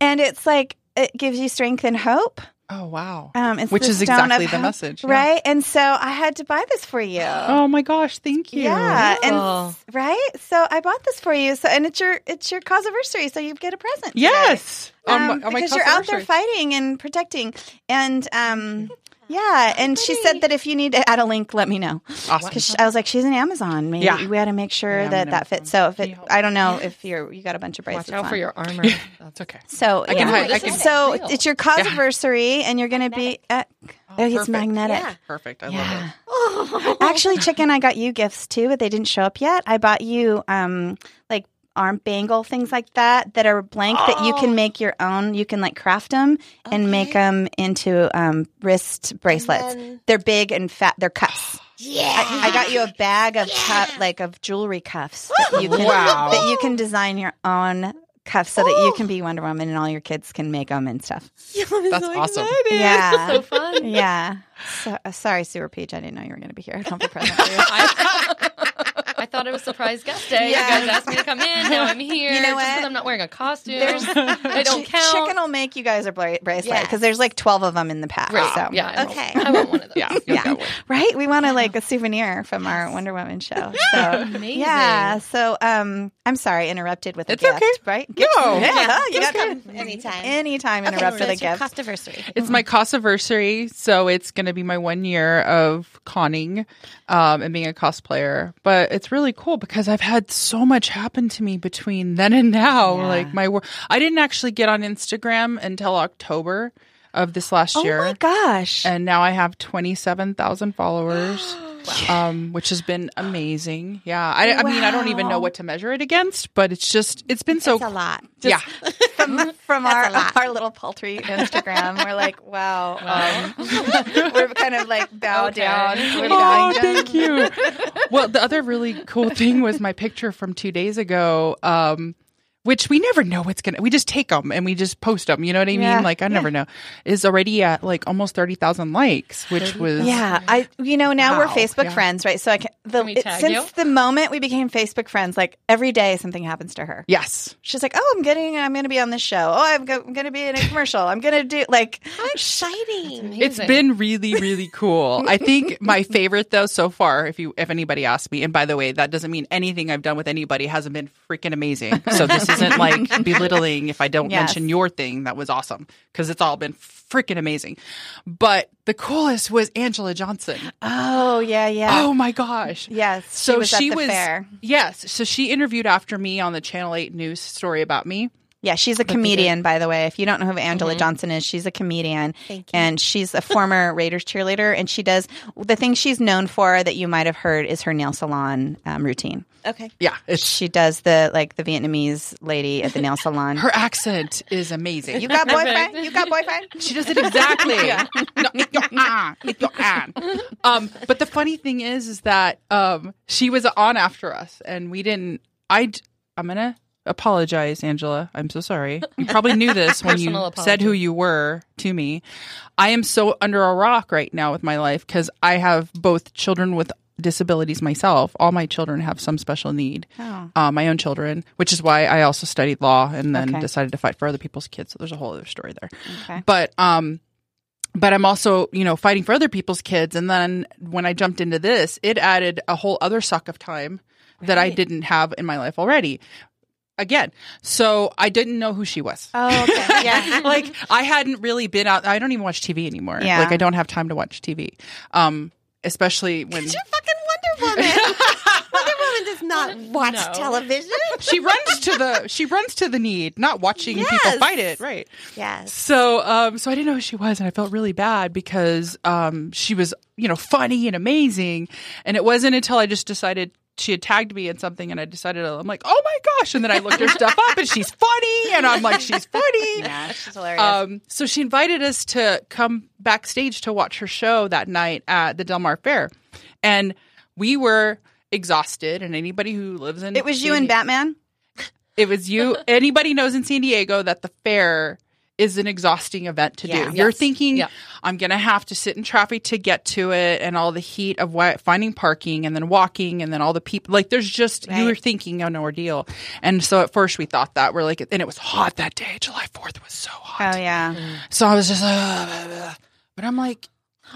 Speaker 3: and it's like it gives you strength and hope.
Speaker 4: Oh, wow.
Speaker 3: Um, it's
Speaker 4: Which
Speaker 3: the
Speaker 4: is
Speaker 3: stone of
Speaker 4: exactly the
Speaker 3: hope,
Speaker 4: message. yeah.
Speaker 3: right? And so I had to buy this for you.
Speaker 4: Oh, my gosh. Thank you.
Speaker 3: Yeah, and
Speaker 5: Cool.
Speaker 3: right. So I bought this for you. So and it's your it's your causiversary. So you get a present. today.
Speaker 4: Yes. On my-
Speaker 3: Um,
Speaker 4: on my
Speaker 3: because you're out there
Speaker 4: costiversary.
Speaker 3: fighting and protecting. And um, yeah, and she said that if you need to add a link, let me know.
Speaker 4: Awesome.
Speaker 3: Because I was like, she's an Amazon. Maybe
Speaker 4: Yeah.
Speaker 3: we had to make sure
Speaker 4: Yeah, I'm
Speaker 3: that
Speaker 4: an
Speaker 3: that fits. So if it, I don't know if you're you got a bunch of bracelets.
Speaker 5: Watch out
Speaker 3: on.
Speaker 5: for your armor. That's
Speaker 4: It's okay.
Speaker 3: So
Speaker 4: I can
Speaker 3: yeah.
Speaker 4: hide- I can-
Speaker 3: So
Speaker 5: Real.
Speaker 3: it's your causiversary, and you're going to be at. Oh, it's
Speaker 4: perfect.
Speaker 3: magnetic.
Speaker 2: Yeah.
Speaker 4: Perfect. I love
Speaker 3: Yeah.
Speaker 4: it.
Speaker 3: Actually, chicken, I got you gifts too, but they didn't show up yet. I bought you um like arm bangle things like that that are blank that you can make your own. You can like craft them and make them into um wrist bracelets.
Speaker 2: then-
Speaker 3: They're big and fat. They're cuffs.
Speaker 2: yeah.
Speaker 3: I, I got you a bag of cuff, like of jewelry cuffs that you can
Speaker 4: Wow.
Speaker 3: that you can design your own cuffs so that you can be Wonder Woman and all your kids can make them and stuff.
Speaker 4: That's awesome.
Speaker 3: Yeah.
Speaker 5: so fun.
Speaker 3: Yeah. So, uh, sorry, Sewer Peach. I didn't know you were going to be here. I don't have a present for you.
Speaker 5: I, I thought it was surprise guest day.
Speaker 3: Yeah.
Speaker 5: You guys asked me to come in. Now I'm here.
Speaker 3: You know
Speaker 5: Just 'cause
Speaker 3: what?
Speaker 5: I'm not wearing a costume.
Speaker 3: There's-
Speaker 5: I don't
Speaker 3: Chi-
Speaker 5: count.
Speaker 3: Chicken will make you guys a bla- bracelet because
Speaker 2: Yes.
Speaker 3: there's like 12 of them in the pack.
Speaker 5: Great.
Speaker 3: So.
Speaker 5: Yeah. I want-
Speaker 2: Okay.
Speaker 5: I want one of those.
Speaker 4: Yeah. you'll
Speaker 3: Yeah.
Speaker 4: get one.
Speaker 3: Right? We want to like a souvenir from our Wonder Woman show. So,
Speaker 5: Amazing.
Speaker 3: yeah. So, um, I'm sorry, interrupted with a
Speaker 4: It's
Speaker 3: gift,
Speaker 4: okay.
Speaker 3: right? Gift-
Speaker 4: No.
Speaker 3: Yeah. Ah, You got
Speaker 2: Anytime.
Speaker 3: anytime
Speaker 2: Okay,
Speaker 3: interrupted
Speaker 2: so
Speaker 3: a
Speaker 2: it's your
Speaker 3: gift.
Speaker 2: costiversary.
Speaker 4: It's my
Speaker 3: Mm-hmm.
Speaker 4: costiversary, so it's going to be my one year of conning um, and being a cosplayer. But it's really cool because I've had so much happen to me between then and now.
Speaker 3: Yeah.
Speaker 4: Like my work, I didn't actually get on Instagram until October of this last
Speaker 3: oh
Speaker 4: year,
Speaker 3: my gosh.
Speaker 4: and now I have twenty seven thousand followers. um, which has been amazing. Yeah, I, I mean, I don't even know what to measure it against, but it's just it's been so
Speaker 2: It's a lot.
Speaker 4: yeah.
Speaker 3: from, from
Speaker 2: That's
Speaker 3: our
Speaker 2: a lot.
Speaker 3: our little paltry Instagram. We're like, wow, um, we're kind of like bow
Speaker 5: Okay.
Speaker 3: down. We're
Speaker 4: Oh,
Speaker 3: bowing down.
Speaker 4: thank you. well, the other really cool thing was my picture from two days ago, um, which we never know what's gonna. We just take them and we just post them. You know what I
Speaker 3: Yeah,
Speaker 4: mean? Like I never know. Is already at like almost thirty thousand likes, which was
Speaker 3: Yeah, I you know now we're
Speaker 4: Wow.
Speaker 3: Facebook
Speaker 4: Yeah.
Speaker 3: friends, right? So I can, the,
Speaker 5: Can we
Speaker 3: it-
Speaker 5: tag
Speaker 3: since
Speaker 5: you?
Speaker 3: the moment we became Facebook friends, like every day something happens to her.
Speaker 4: Yes.
Speaker 3: She's like, "Oh, I'm getting, I'm going to be on this show. Oh, I'm, go- I'm going to be in a commercial. I'm going to do like
Speaker 2: How exciting.
Speaker 4: It's been really, really cool. I think my favorite though so far, if you if anybody asks me, and by the way, that doesn't mean anything I've done with anybody hasn't been freaking amazing. So this isn't like belittling if I don't
Speaker 3: Yes.
Speaker 4: mention your thing that was awesome because it's all been freaking amazing. But the coolest was Angela Johnson.
Speaker 3: Oh yeah, yeah.
Speaker 4: Oh my gosh.
Speaker 3: yes.
Speaker 4: So she was,
Speaker 3: was at the fair.
Speaker 4: yes. So she interviewed after me on the Channel Eight news story about me.
Speaker 3: Yeah, she's a comedian, by the way. If you don't know who Angela Johnson is, she's a comedian.
Speaker 2: Thank you.
Speaker 3: And she's a former Raiders cheerleader, and she does the thing she's known for that you might have heard is her nail salon um, routine.
Speaker 2: Okay.
Speaker 4: Yeah, it's
Speaker 3: She does the like the Vietnamese lady at the nail salon.
Speaker 4: her accent is amazing.
Speaker 3: you got boyfriend? You got boyfriend?
Speaker 4: She does it exactly. No, it's your aunt. It's your aunt. Um, but the funny thing is, is that um, she was on after us, and we didn't. I d- I'm gonna apologize, Angela. I'm so sorry. You probably knew this when you
Speaker 5: Personal
Speaker 4: said
Speaker 5: apology.
Speaker 4: who you were to me. I am so under a rock right now with my life because I have both children with disabilities myself. All my children have some special need.
Speaker 3: Oh,
Speaker 4: Uh, my own children, which is why I also studied law and then
Speaker 3: Okay.
Speaker 4: decided to fight for other people's kids. So there's a whole other story there
Speaker 3: Okay.
Speaker 4: but um but i'm also you know fighting for other people's kids and then when i jumped into this it added a whole other suck of time that i didn't have in my life already again so i didn't know who she was
Speaker 3: Oh, okay. Yeah.
Speaker 4: like i hadn't really been out i don't even watch tv anymore
Speaker 3: Yeah.
Speaker 4: like i don't have time to watch tv um especially when
Speaker 2: Fucking Wonder Woman. Wonder Woman does not watch
Speaker 5: No.
Speaker 2: television.
Speaker 4: she runs to the she runs to the need not watching people
Speaker 2: Yes.
Speaker 4: fight it right
Speaker 2: Yes.
Speaker 4: So, um, so I didn't know who she was, and I felt really bad because um, she was, you know, funny and amazing. And it wasn't until I just decided she had tagged me in something, and I decided I'm like, oh my gosh! And then I looked her stuff up, and she's funny, and I'm like, she's funny.
Speaker 3: yeah, she's hilarious.
Speaker 4: Um, so she invited us to come backstage to watch her show that night at the Del Mar Fair, and we were exhausted. And anybody who lives in
Speaker 3: it was you
Speaker 4: San
Speaker 3: and
Speaker 4: Diego-
Speaker 3: Batman.
Speaker 4: it was you. Anybody knows in San Diego that the fair is an exhausting event to
Speaker 2: Yeah.
Speaker 4: do. You're thinking,
Speaker 5: Yeah.
Speaker 4: I'm going to have to sit in traffic to get to it and all the heat of why, finding parking and then walking and then all the people. Like, there's just, you were thinking an ordeal. And so at first we thought that. We're like, and it was hot that day. July 4th was so hot.
Speaker 3: Oh yeah.
Speaker 4: So I was just, uh, blah, blah, blah. but I'm like,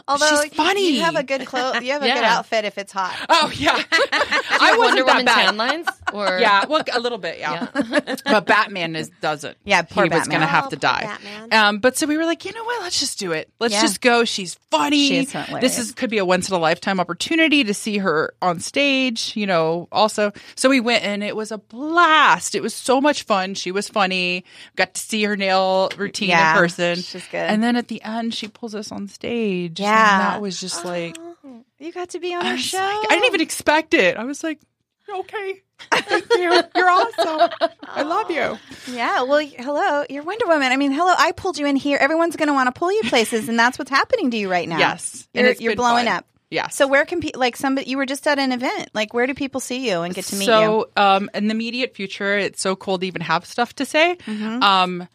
Speaker 3: Although
Speaker 4: She's funny.
Speaker 3: you have a good clothes, you have a good
Speaker 5: Yeah.
Speaker 3: outfit if it's hot.
Speaker 4: oh, yeah. I wasn't
Speaker 5: Wonder
Speaker 4: that
Speaker 5: Woman
Speaker 4: bad.
Speaker 5: tan lines or
Speaker 4: Yeah, well, a little bit, yeah. but Batman is doesn't.
Speaker 3: Yeah, poor
Speaker 4: he was
Speaker 3: Batman.
Speaker 4: going to have
Speaker 2: Oh,
Speaker 4: to
Speaker 2: poor
Speaker 4: die.
Speaker 2: Batman.
Speaker 4: Um, but so we were like, you know what? Let's just do it. Let's
Speaker 3: Yeah.
Speaker 4: just go. She's funny.
Speaker 3: She is hilarious.
Speaker 4: This is could be a once in a lifetime opportunity to see her on stage. You know, also. So we went and it was a blast. It was so much fun. She was funny. Got to see her nail routine
Speaker 3: Yeah,
Speaker 4: in person.
Speaker 3: she's good.
Speaker 4: And then at the end, she pulls us on stage.
Speaker 3: Yeah.
Speaker 4: and that was just like
Speaker 3: You got to be on
Speaker 4: I
Speaker 3: our
Speaker 4: was
Speaker 3: show.
Speaker 4: like- I didn't even expect it. I was like, okay. Thank you. You're awesome. I love you.
Speaker 3: Yeah, well, y- hello, you're Wonder Woman. I mean, hello, I pulled you in here. Everyone's going to want to pull you places, and that's what's happening to you right now.
Speaker 4: Yes, and
Speaker 3: you're,
Speaker 4: it's
Speaker 3: you're
Speaker 4: been
Speaker 3: blowing
Speaker 4: fun.
Speaker 3: up.
Speaker 4: Yes.
Speaker 3: So where can people like somebody? You were just at an event. Like, where do people see you and get to meet you?
Speaker 4: so, um, in the immediate future, it's so cool to even have stuff to say.
Speaker 3: Mm-hmm.
Speaker 4: Um,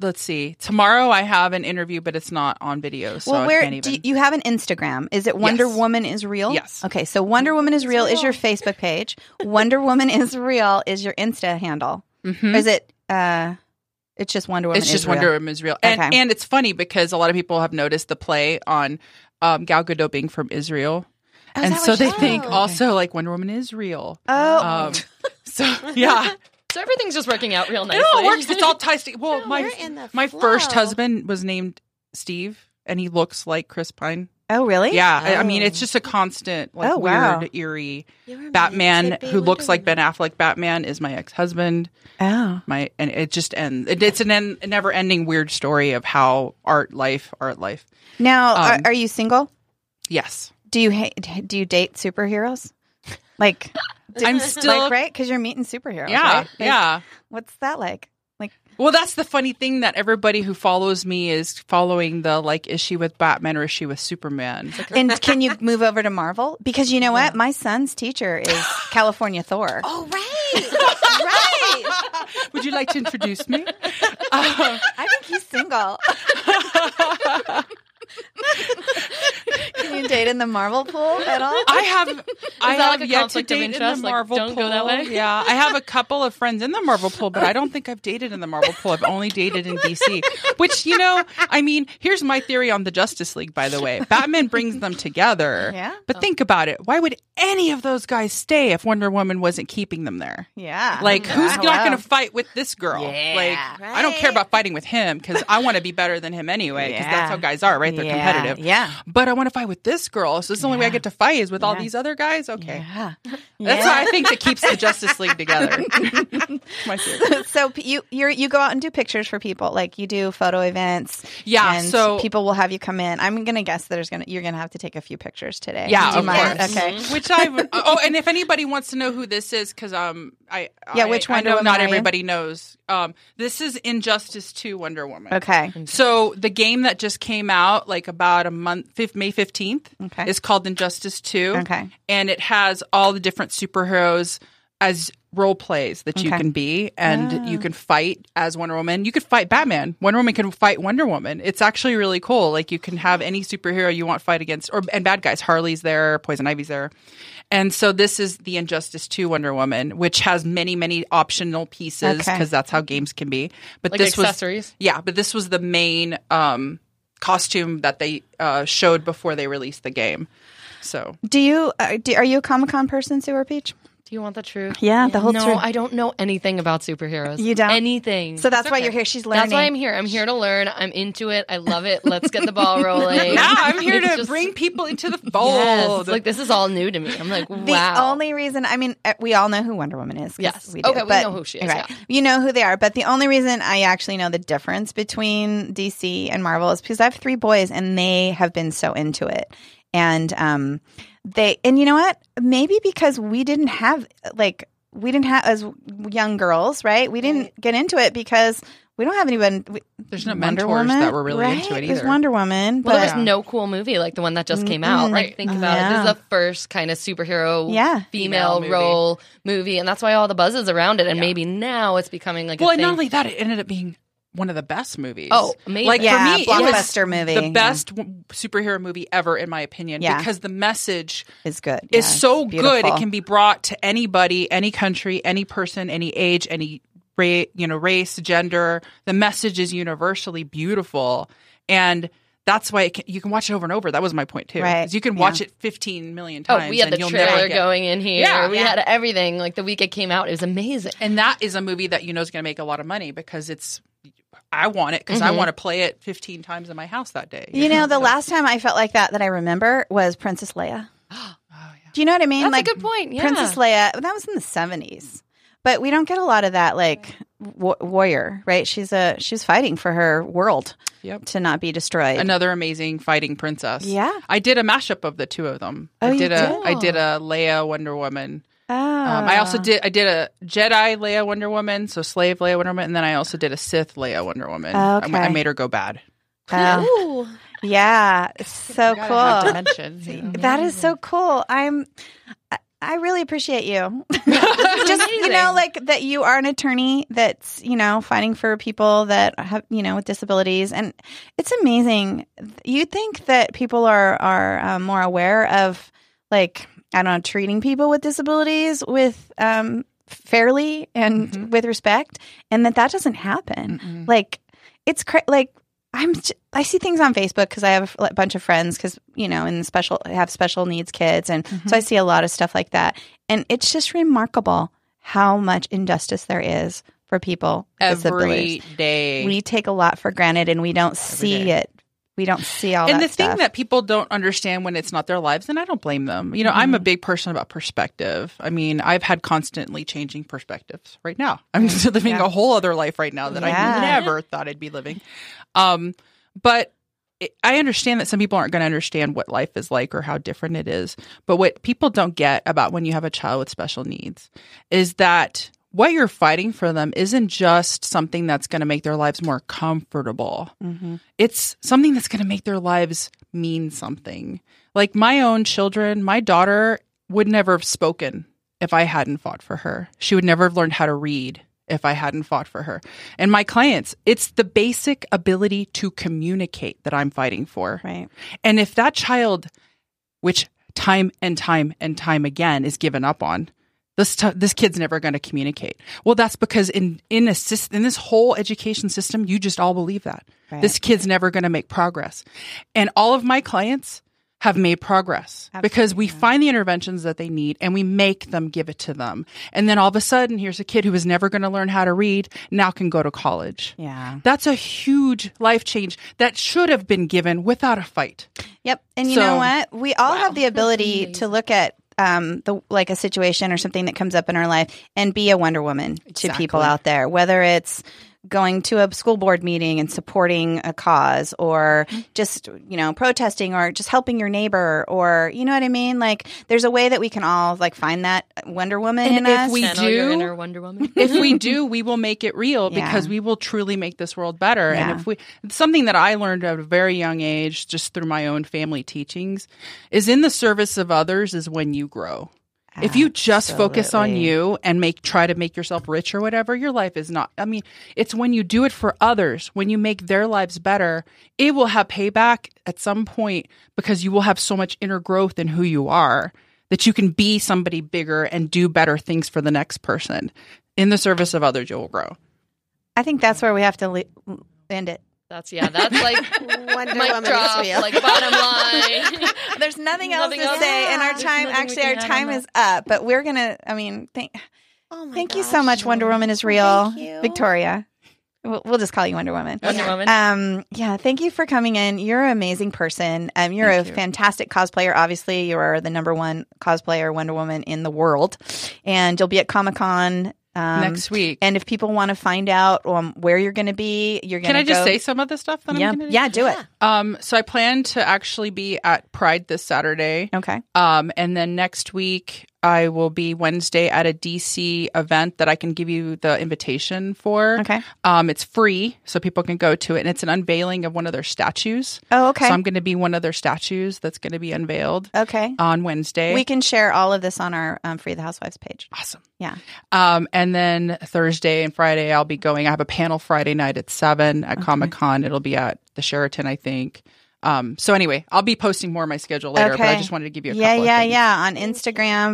Speaker 4: let's see. Tomorrow I have an interview, but it's not on video, so
Speaker 3: well,
Speaker 4: I
Speaker 3: where
Speaker 4: can't
Speaker 3: do
Speaker 4: even.
Speaker 3: you, you have an Instagram? Is it Wonder
Speaker 4: Yes.
Speaker 3: Woman is real?
Speaker 4: Yes.
Speaker 3: Okay, so Wonder Woman is real is your Facebook page. Wonder Woman is real is your Insta handle.
Speaker 4: Mhm.
Speaker 3: Or is it? uh It's just Wonder Woman.
Speaker 4: It's
Speaker 3: is
Speaker 4: just
Speaker 3: real.
Speaker 4: Wonder Woman Israel, and
Speaker 3: Okay.
Speaker 4: and it's funny because a lot of people have noticed the play on um, Gal Gadot being from Israel, and
Speaker 2: that
Speaker 4: so
Speaker 2: what
Speaker 4: they
Speaker 2: she-
Speaker 4: think
Speaker 2: Oh.
Speaker 4: also like Wonder Woman is real.
Speaker 3: Oh,
Speaker 4: Um, so yeah,
Speaker 5: So everything's just working out real nicely.
Speaker 4: it all works. It's all ties together. Well,
Speaker 2: No,
Speaker 4: my
Speaker 2: we're in the
Speaker 4: my first
Speaker 2: flow.
Speaker 4: husband was named Steve, and he looks like Chris Pine.
Speaker 3: oh, really?
Speaker 4: Yeah, I, I mean, it's just a constant, like
Speaker 3: Oh,
Speaker 4: weird,
Speaker 3: wow.
Speaker 4: eerie
Speaker 2: You were meant
Speaker 4: Batman
Speaker 2: to be
Speaker 4: who
Speaker 2: Wonder
Speaker 4: looks like
Speaker 2: Woman.
Speaker 4: Ben Affleck. Batman is my ex husband.
Speaker 3: Oh,
Speaker 4: My and it just ends. It, it's an end, never ending weird story of how art life, art life.
Speaker 3: now
Speaker 4: Um,
Speaker 3: are, are you single?
Speaker 4: Yes.
Speaker 3: Do you ha- do you date superheroes? Like,
Speaker 4: I'm still
Speaker 3: like right? Because you're meeting superheroes.
Speaker 4: yeah,
Speaker 3: right? Like,
Speaker 4: yeah.
Speaker 3: What's that like? Like,
Speaker 4: Well, that's the funny thing that everybody who follows me is following the like, is she with Batman or is she with Superman? It's like,
Speaker 3: and can you move over to Marvel? Because you know what, my son's teacher is California Thor.
Speaker 2: Oh, right. right.
Speaker 4: Would you like to introduce me?
Speaker 3: I think he's single. Can you date in the Marvel pool at all?
Speaker 4: I have, I
Speaker 5: that like
Speaker 4: have
Speaker 5: a
Speaker 4: yet to
Speaker 5: conflict of
Speaker 4: date in the
Speaker 5: interest? Like,
Speaker 4: Marvel
Speaker 5: don't
Speaker 4: pool.
Speaker 5: go that way?
Speaker 4: Yeah, I have a couple of friends in the Marvel pool, but I don't think I've dated in the Marvel pool. I've only dated in DC. Which you know, I mean, here's my theory on the Justice League. By the way, Batman brings them together.
Speaker 3: Yeah.
Speaker 4: But think about it. Why would any of those guys stay if Wonder Woman wasn't keeping them there?
Speaker 3: Yeah.
Speaker 4: Like, who's
Speaker 3: Wow.
Speaker 4: not going to fight with this girl? like, I don't care
Speaker 2: Right.
Speaker 4: about fighting with him because I want to be better than him anyway. Because
Speaker 3: Yeah.
Speaker 4: that's how guys are, right? They're
Speaker 3: Yeah,
Speaker 4: competitive.
Speaker 3: Yeah.
Speaker 4: But I want to fight with this girl. So it's the only way I get to fight is with all these other guys. Okay,
Speaker 3: Yeah.
Speaker 4: that's what I think that keeps the Justice League together. My theory.
Speaker 3: so p- you you you go out and do pictures for people, like you do photo events.
Speaker 4: Yeah,
Speaker 3: and
Speaker 4: so-
Speaker 3: people will have you come in. I'm gonna guess that there's gonna you're gonna have to take a few pictures today.
Speaker 4: Yeah,
Speaker 3: Do you
Speaker 4: of
Speaker 3: mind?
Speaker 4: course.
Speaker 3: Okay.
Speaker 4: Which I would- oh, and if anybody wants to know who this is, because um, I
Speaker 3: Yeah,
Speaker 4: I-
Speaker 3: which
Speaker 4: I
Speaker 3: Wonder
Speaker 4: know
Speaker 3: Woman
Speaker 4: not
Speaker 3: are you?
Speaker 4: everybody knows. Um, this is Injustice Two Wonder Woman.
Speaker 3: Okay.
Speaker 4: So the game that just came out, like about a month, fif- May fifteenth,
Speaker 3: Okay.
Speaker 4: is called Injustice Two.
Speaker 3: Okay.
Speaker 4: and it has all the different superheroes as role plays that you
Speaker 3: Okay.
Speaker 4: can be, and you can fight as Wonder Woman. You could fight Batman. Wonder Woman can fight Wonder Woman. It's actually really cool. Like you can have any superhero you want fight against, or and bad guys. Harley's there, Poison Ivy's there, and so this is the Injustice Two Wonder Woman, which has many many optional pieces
Speaker 3: Okay.
Speaker 4: because that's how games can be. But
Speaker 5: Like
Speaker 4: this was
Speaker 5: accessories.
Speaker 4: yeah, but this was the main um, costume that they uh, showed before they released the game. So
Speaker 3: Do you uh, do, are you a Comic Con person, Sewer Peach?
Speaker 5: Do you want the truth?
Speaker 3: Yeah, the whole
Speaker 5: no,
Speaker 3: truth.
Speaker 5: I don't know anything about superheroes.
Speaker 3: You don't?
Speaker 5: anything.
Speaker 3: So that's why you're here. She's learning.
Speaker 5: That's why I'm here. I'm here to learn. I'm into it. I love it. Let's get the ball rolling.
Speaker 4: now I'm here
Speaker 5: It's
Speaker 4: to
Speaker 5: just-
Speaker 4: bring people into the
Speaker 5: Yes,
Speaker 4: fold.
Speaker 5: it's like this is all new to me. I'm like,
Speaker 3: The
Speaker 5: wow.
Speaker 3: only reason, I mean, uh, we all know who Wonder Woman is. 'cause
Speaker 5: Yes.
Speaker 3: We do,
Speaker 5: Okay, we
Speaker 3: but-
Speaker 5: know who she is,
Speaker 3: Right.
Speaker 5: yeah.
Speaker 3: You know who they are. But the only reason I actually know the difference between DC and Marvel is because I have three boys and they have been so into it. And um, they, and you know what? Maybe because we didn't have, like, we didn't have, as young girls, right? We didn't get into it because we don't have anyone. we-
Speaker 4: There's no
Speaker 3: Wonder
Speaker 4: mentors
Speaker 3: Woman,
Speaker 4: that were really
Speaker 3: right?
Speaker 4: into it
Speaker 3: There's
Speaker 4: either.
Speaker 3: Wonder Woman.
Speaker 5: well,
Speaker 3: but
Speaker 5: there's no cool movie like the one that just came out. Like, think about it. This is the first kind of superhero
Speaker 3: Yeah.
Speaker 4: Female
Speaker 5: female
Speaker 4: movie.
Speaker 5: role movie, and that's why all the buzz is around it. And maybe now it's becoming like
Speaker 4: well,
Speaker 5: a
Speaker 4: and
Speaker 5: thing.
Speaker 4: not only that, it ended up being one of the best movies.
Speaker 5: Oh, amazing.
Speaker 4: Like
Speaker 3: Yeah,
Speaker 4: for me, it was
Speaker 3: blockbuster movie, yeah.
Speaker 4: the best w- superhero movie ever, in my opinion,
Speaker 3: Yeah.
Speaker 4: because the message
Speaker 3: is good.
Speaker 4: is
Speaker 3: Yeah,
Speaker 4: so
Speaker 3: it's
Speaker 4: good. It
Speaker 3: beautiful.
Speaker 4: can be brought to anybody, any country, any person, any age, any ra- you know race, gender. The message is universally beautiful, and that's why it can, you can watch it over and over. That was my point too.
Speaker 3: Right.
Speaker 4: is You can watch it fifteen million times.
Speaker 5: Oh, we had
Speaker 4: and
Speaker 5: the
Speaker 4: you'll
Speaker 5: trailer
Speaker 4: never get-
Speaker 5: going in here.
Speaker 4: Yeah.
Speaker 5: we had everything. Like the week it came out, it was amazing.
Speaker 4: and that is a movie that you know is going to make a lot of money because it's. I want it because I want to play it fifteen times in my house that day.
Speaker 3: Mm-hmm. You know, the last time I felt like that that I remember was Princess Leia.
Speaker 4: Oh,
Speaker 3: Do you know what I mean?
Speaker 5: That's a
Speaker 3: like
Speaker 5: good point, yeah.
Speaker 3: Princess Leia. That was in the seventies, but we don't get a lot of that. Like wa- warrior, right? She's a she's fighting for her world
Speaker 4: Yep.
Speaker 3: to not be destroyed.
Speaker 4: another amazing fighting princess.
Speaker 3: Yeah.
Speaker 4: I did a mashup of the two of them.
Speaker 3: Oh,
Speaker 4: I
Speaker 3: you
Speaker 4: did a
Speaker 3: did?
Speaker 4: I did a Leia Wonder Woman.
Speaker 3: Ah.
Speaker 4: Um, I also did I did a Jedi Leia Wonder Woman, so slave Leia Wonder Woman, and then I also did a Sith Leia Wonder Woman. I-
Speaker 3: Okay.
Speaker 4: I, made her go bad.
Speaker 3: Uh,
Speaker 2: Ooh.
Speaker 3: yeah, it's so
Speaker 4: Gotta
Speaker 3: cool.
Speaker 4: have dimensions, you know.
Speaker 3: That is so cool. I'm. I- I really appreciate you. Just you know, like that you are an attorney that's you know fighting for people that have you know with disabilities, and it's amazing. You think that people are are um, more aware of like I don't know treating people with disabilities with um, fairly and with respect, and that that doesn't happen.
Speaker 4: Mm-hmm.
Speaker 3: Like it's cra- like I'm j- I see things on Facebook because I have a f- bunch of friends because you know in special I have special needs kids and so
Speaker 4: Mm-hmm.
Speaker 3: I see a lot of stuff like that and it's just remarkable how much injustice there is for people with
Speaker 4: every
Speaker 3: disabilities.
Speaker 4: day.
Speaker 3: We take a lot for granted and we don't see
Speaker 4: day.
Speaker 3: it. We don't see all
Speaker 4: and
Speaker 3: that
Speaker 4: the thing
Speaker 3: stuff.
Speaker 4: that people don't understand when it's not their lives and i don't blame them you know i'm
Speaker 3: Mm-hmm.
Speaker 4: a big person about perspective i mean i've had constantly changing perspectives right now i'm just living a whole other life right now that
Speaker 3: Yeah.
Speaker 4: i never thought i'd be living um, but it, I understand that some people aren't going to understand what life is like or how different it is. But what people don't get about when you have a child with special needs is that what you're fighting for them isn't just something that's going to make their lives more comfortable. It's something that's going to make their lives mean something. Like my own children, my daughter would never have spoken if I hadn't fought for her. She would never have learned how to read if I hadn't fought for her. And my clients, it's the basic ability to communicate that I'm fighting for.
Speaker 3: Right.
Speaker 4: And if that child, which time and time and time again is given up on, this t- this kid's never going to communicate. Well, that's because in in a sys- in this whole education system, you just all believe that this kid's never going to make progress, and all of my clients have made progress because we find the interventions that they need and we make them give it to them. And then all of a sudden, here's a kid who was never going to learn how to read now can go to college.
Speaker 3: Yeah.
Speaker 4: That's a huge life change that should have been given without a fight.
Speaker 3: Yep. And you
Speaker 4: So-
Speaker 3: know what? We all have the ability to look at um the like a situation or something that comes up in our life and be a Wonder Woman to people out there, whether it's going to a school board meeting and supporting a cause or
Speaker 4: Mm-hmm.
Speaker 3: just you know protesting or just helping your neighbor or you know what i mean like there's a way that we can all like find that wonder woman in
Speaker 4: And if
Speaker 3: us
Speaker 4: we
Speaker 5: Channel your
Speaker 4: do-
Speaker 5: inner Wonder Woman.
Speaker 4: if we do, we will make it real
Speaker 3: Mm-hmm. Yeah.
Speaker 4: because we will truly make this world better.
Speaker 3: Yeah.
Speaker 4: And if we, something that I learned at a very young age, just through my own family teachings, is in the service of others is when you grow. If you just focus on you and make try to make yourself rich or whatever, your life is not. I mean, it's when you do it for others, when you make their lives better, it will have payback at some point because you will have so much inner growth in who you are that you can be somebody bigger and do better things for the next person. In the service of others, you will grow.
Speaker 3: i think that's where we have to le- end it
Speaker 5: That's yeah. That's like
Speaker 2: Wonder
Speaker 5: mic
Speaker 2: Woman is
Speaker 5: drop.
Speaker 2: real.
Speaker 5: Like bottom line.
Speaker 3: There's nothing else
Speaker 5: Nothing
Speaker 3: to
Speaker 5: else?
Speaker 3: say, and our
Speaker 5: There's
Speaker 3: time
Speaker 5: nothing we
Speaker 3: actually
Speaker 5: can
Speaker 3: our
Speaker 5: add on
Speaker 3: time
Speaker 5: that.
Speaker 3: is up. But we're gonna. I mean, thank
Speaker 2: Oh my
Speaker 3: thank you so
Speaker 2: gosh.
Speaker 3: much, Wonder Woman is real,
Speaker 2: Thank you.
Speaker 3: Victoria. We'll, we'll just call you Wonder Woman.
Speaker 5: Wonder Woman.
Speaker 3: Um, yeah, thank you for coming in. You're an amazing person. Um, you're a fantastic cosplayer. Obviously, you are the number one cosplayer Wonder Woman in the world, and you'll be at Comic Con um,
Speaker 4: Next week.
Speaker 3: And if people want to find out um, where you're going to be, you're going
Speaker 4: Can
Speaker 3: to
Speaker 4: I just
Speaker 3: go-
Speaker 4: say some of the stuff that
Speaker 3: yeah,
Speaker 4: I'm going to do?
Speaker 3: yeah, do it.
Speaker 4: Um, so I plan to actually be at Pride this Saturday.
Speaker 3: Okay.
Speaker 4: Um, and then next week, I will be Wednesday at a DC event that I can give you the invitation for.
Speaker 3: Okay.
Speaker 4: Um, it's free, so people can go to it. And it's an unveiling of one of their statues.
Speaker 3: Oh, okay.
Speaker 4: So I'm going to be one of their statues that's going to be unveiled
Speaker 3: okay.
Speaker 4: on Wednesday.
Speaker 3: Uh, We can share all of this on our um, Free the Housewives page.
Speaker 4: awesome.
Speaker 3: Yeah.
Speaker 4: Um, and then Thursday and Friday, I'll be going. I have a panel Friday night at seven at Comic Con. It'll be at the Sheraton, I think. Um, so anyway, I'll be posting more of my schedule later, but I
Speaker 3: Okay.
Speaker 4: just wanted to give you a
Speaker 3: Yeah,
Speaker 4: couple of
Speaker 3: yeah,
Speaker 4: things.
Speaker 3: yeah. On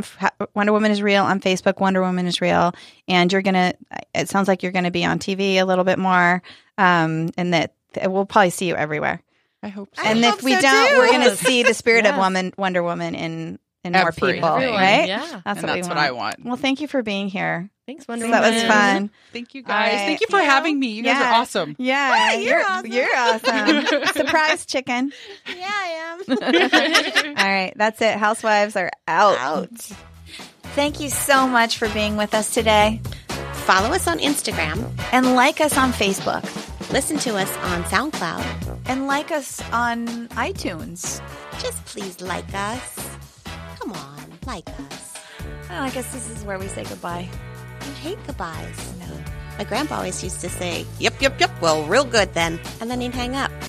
Speaker 3: Instagram, f- Wonder Woman is real. On Facebook, Wonder Woman is real. And you're gonna. It sounds like you're gonna be on TV a little bit more. Um, and that that we'll probably see you everywhere.
Speaker 4: I hope so.
Speaker 3: And
Speaker 2: hope
Speaker 3: if we
Speaker 2: so,
Speaker 3: don't,
Speaker 2: too.
Speaker 3: we're gonna see the spirit of
Speaker 5: Yes.
Speaker 3: woman, Wonder Woman in in more
Speaker 4: Everything.
Speaker 3: people,
Speaker 5: Everyone,
Speaker 3: right?
Speaker 5: Yeah.
Speaker 3: That's, what,
Speaker 4: And that's
Speaker 3: we
Speaker 4: what
Speaker 3: want.
Speaker 4: I want.
Speaker 3: Well, thank you for being here.
Speaker 5: Thanks, Wonder
Speaker 3: that
Speaker 5: Woman.
Speaker 3: was fun.
Speaker 4: Thank you
Speaker 3: guys.
Speaker 4: guys.
Speaker 3: Alright.
Speaker 4: Thank you for
Speaker 3: Yeah.
Speaker 4: having me. You guys
Speaker 3: Yeah.
Speaker 4: are awesome.
Speaker 3: Yeah,
Speaker 2: you're
Speaker 3: you're awesome. Surprise chicken.
Speaker 2: Yeah, I am.
Speaker 3: All right, that's it. Housewives are out.
Speaker 2: Out.
Speaker 1: Thank you so much for being with us today.
Speaker 2: Follow us on Instagram.
Speaker 1: And like us on Facebook.
Speaker 2: Listen to us on SoundCloud.
Speaker 1: And like us on iTunes.
Speaker 2: Just please like us. Come on, like us.
Speaker 1: Oh, I guess this is where we say goodbye.
Speaker 2: I hate goodbyes. No. My grandpa always used to say, "Yep, yep, yep." Well, real good then, and then he'd hang up.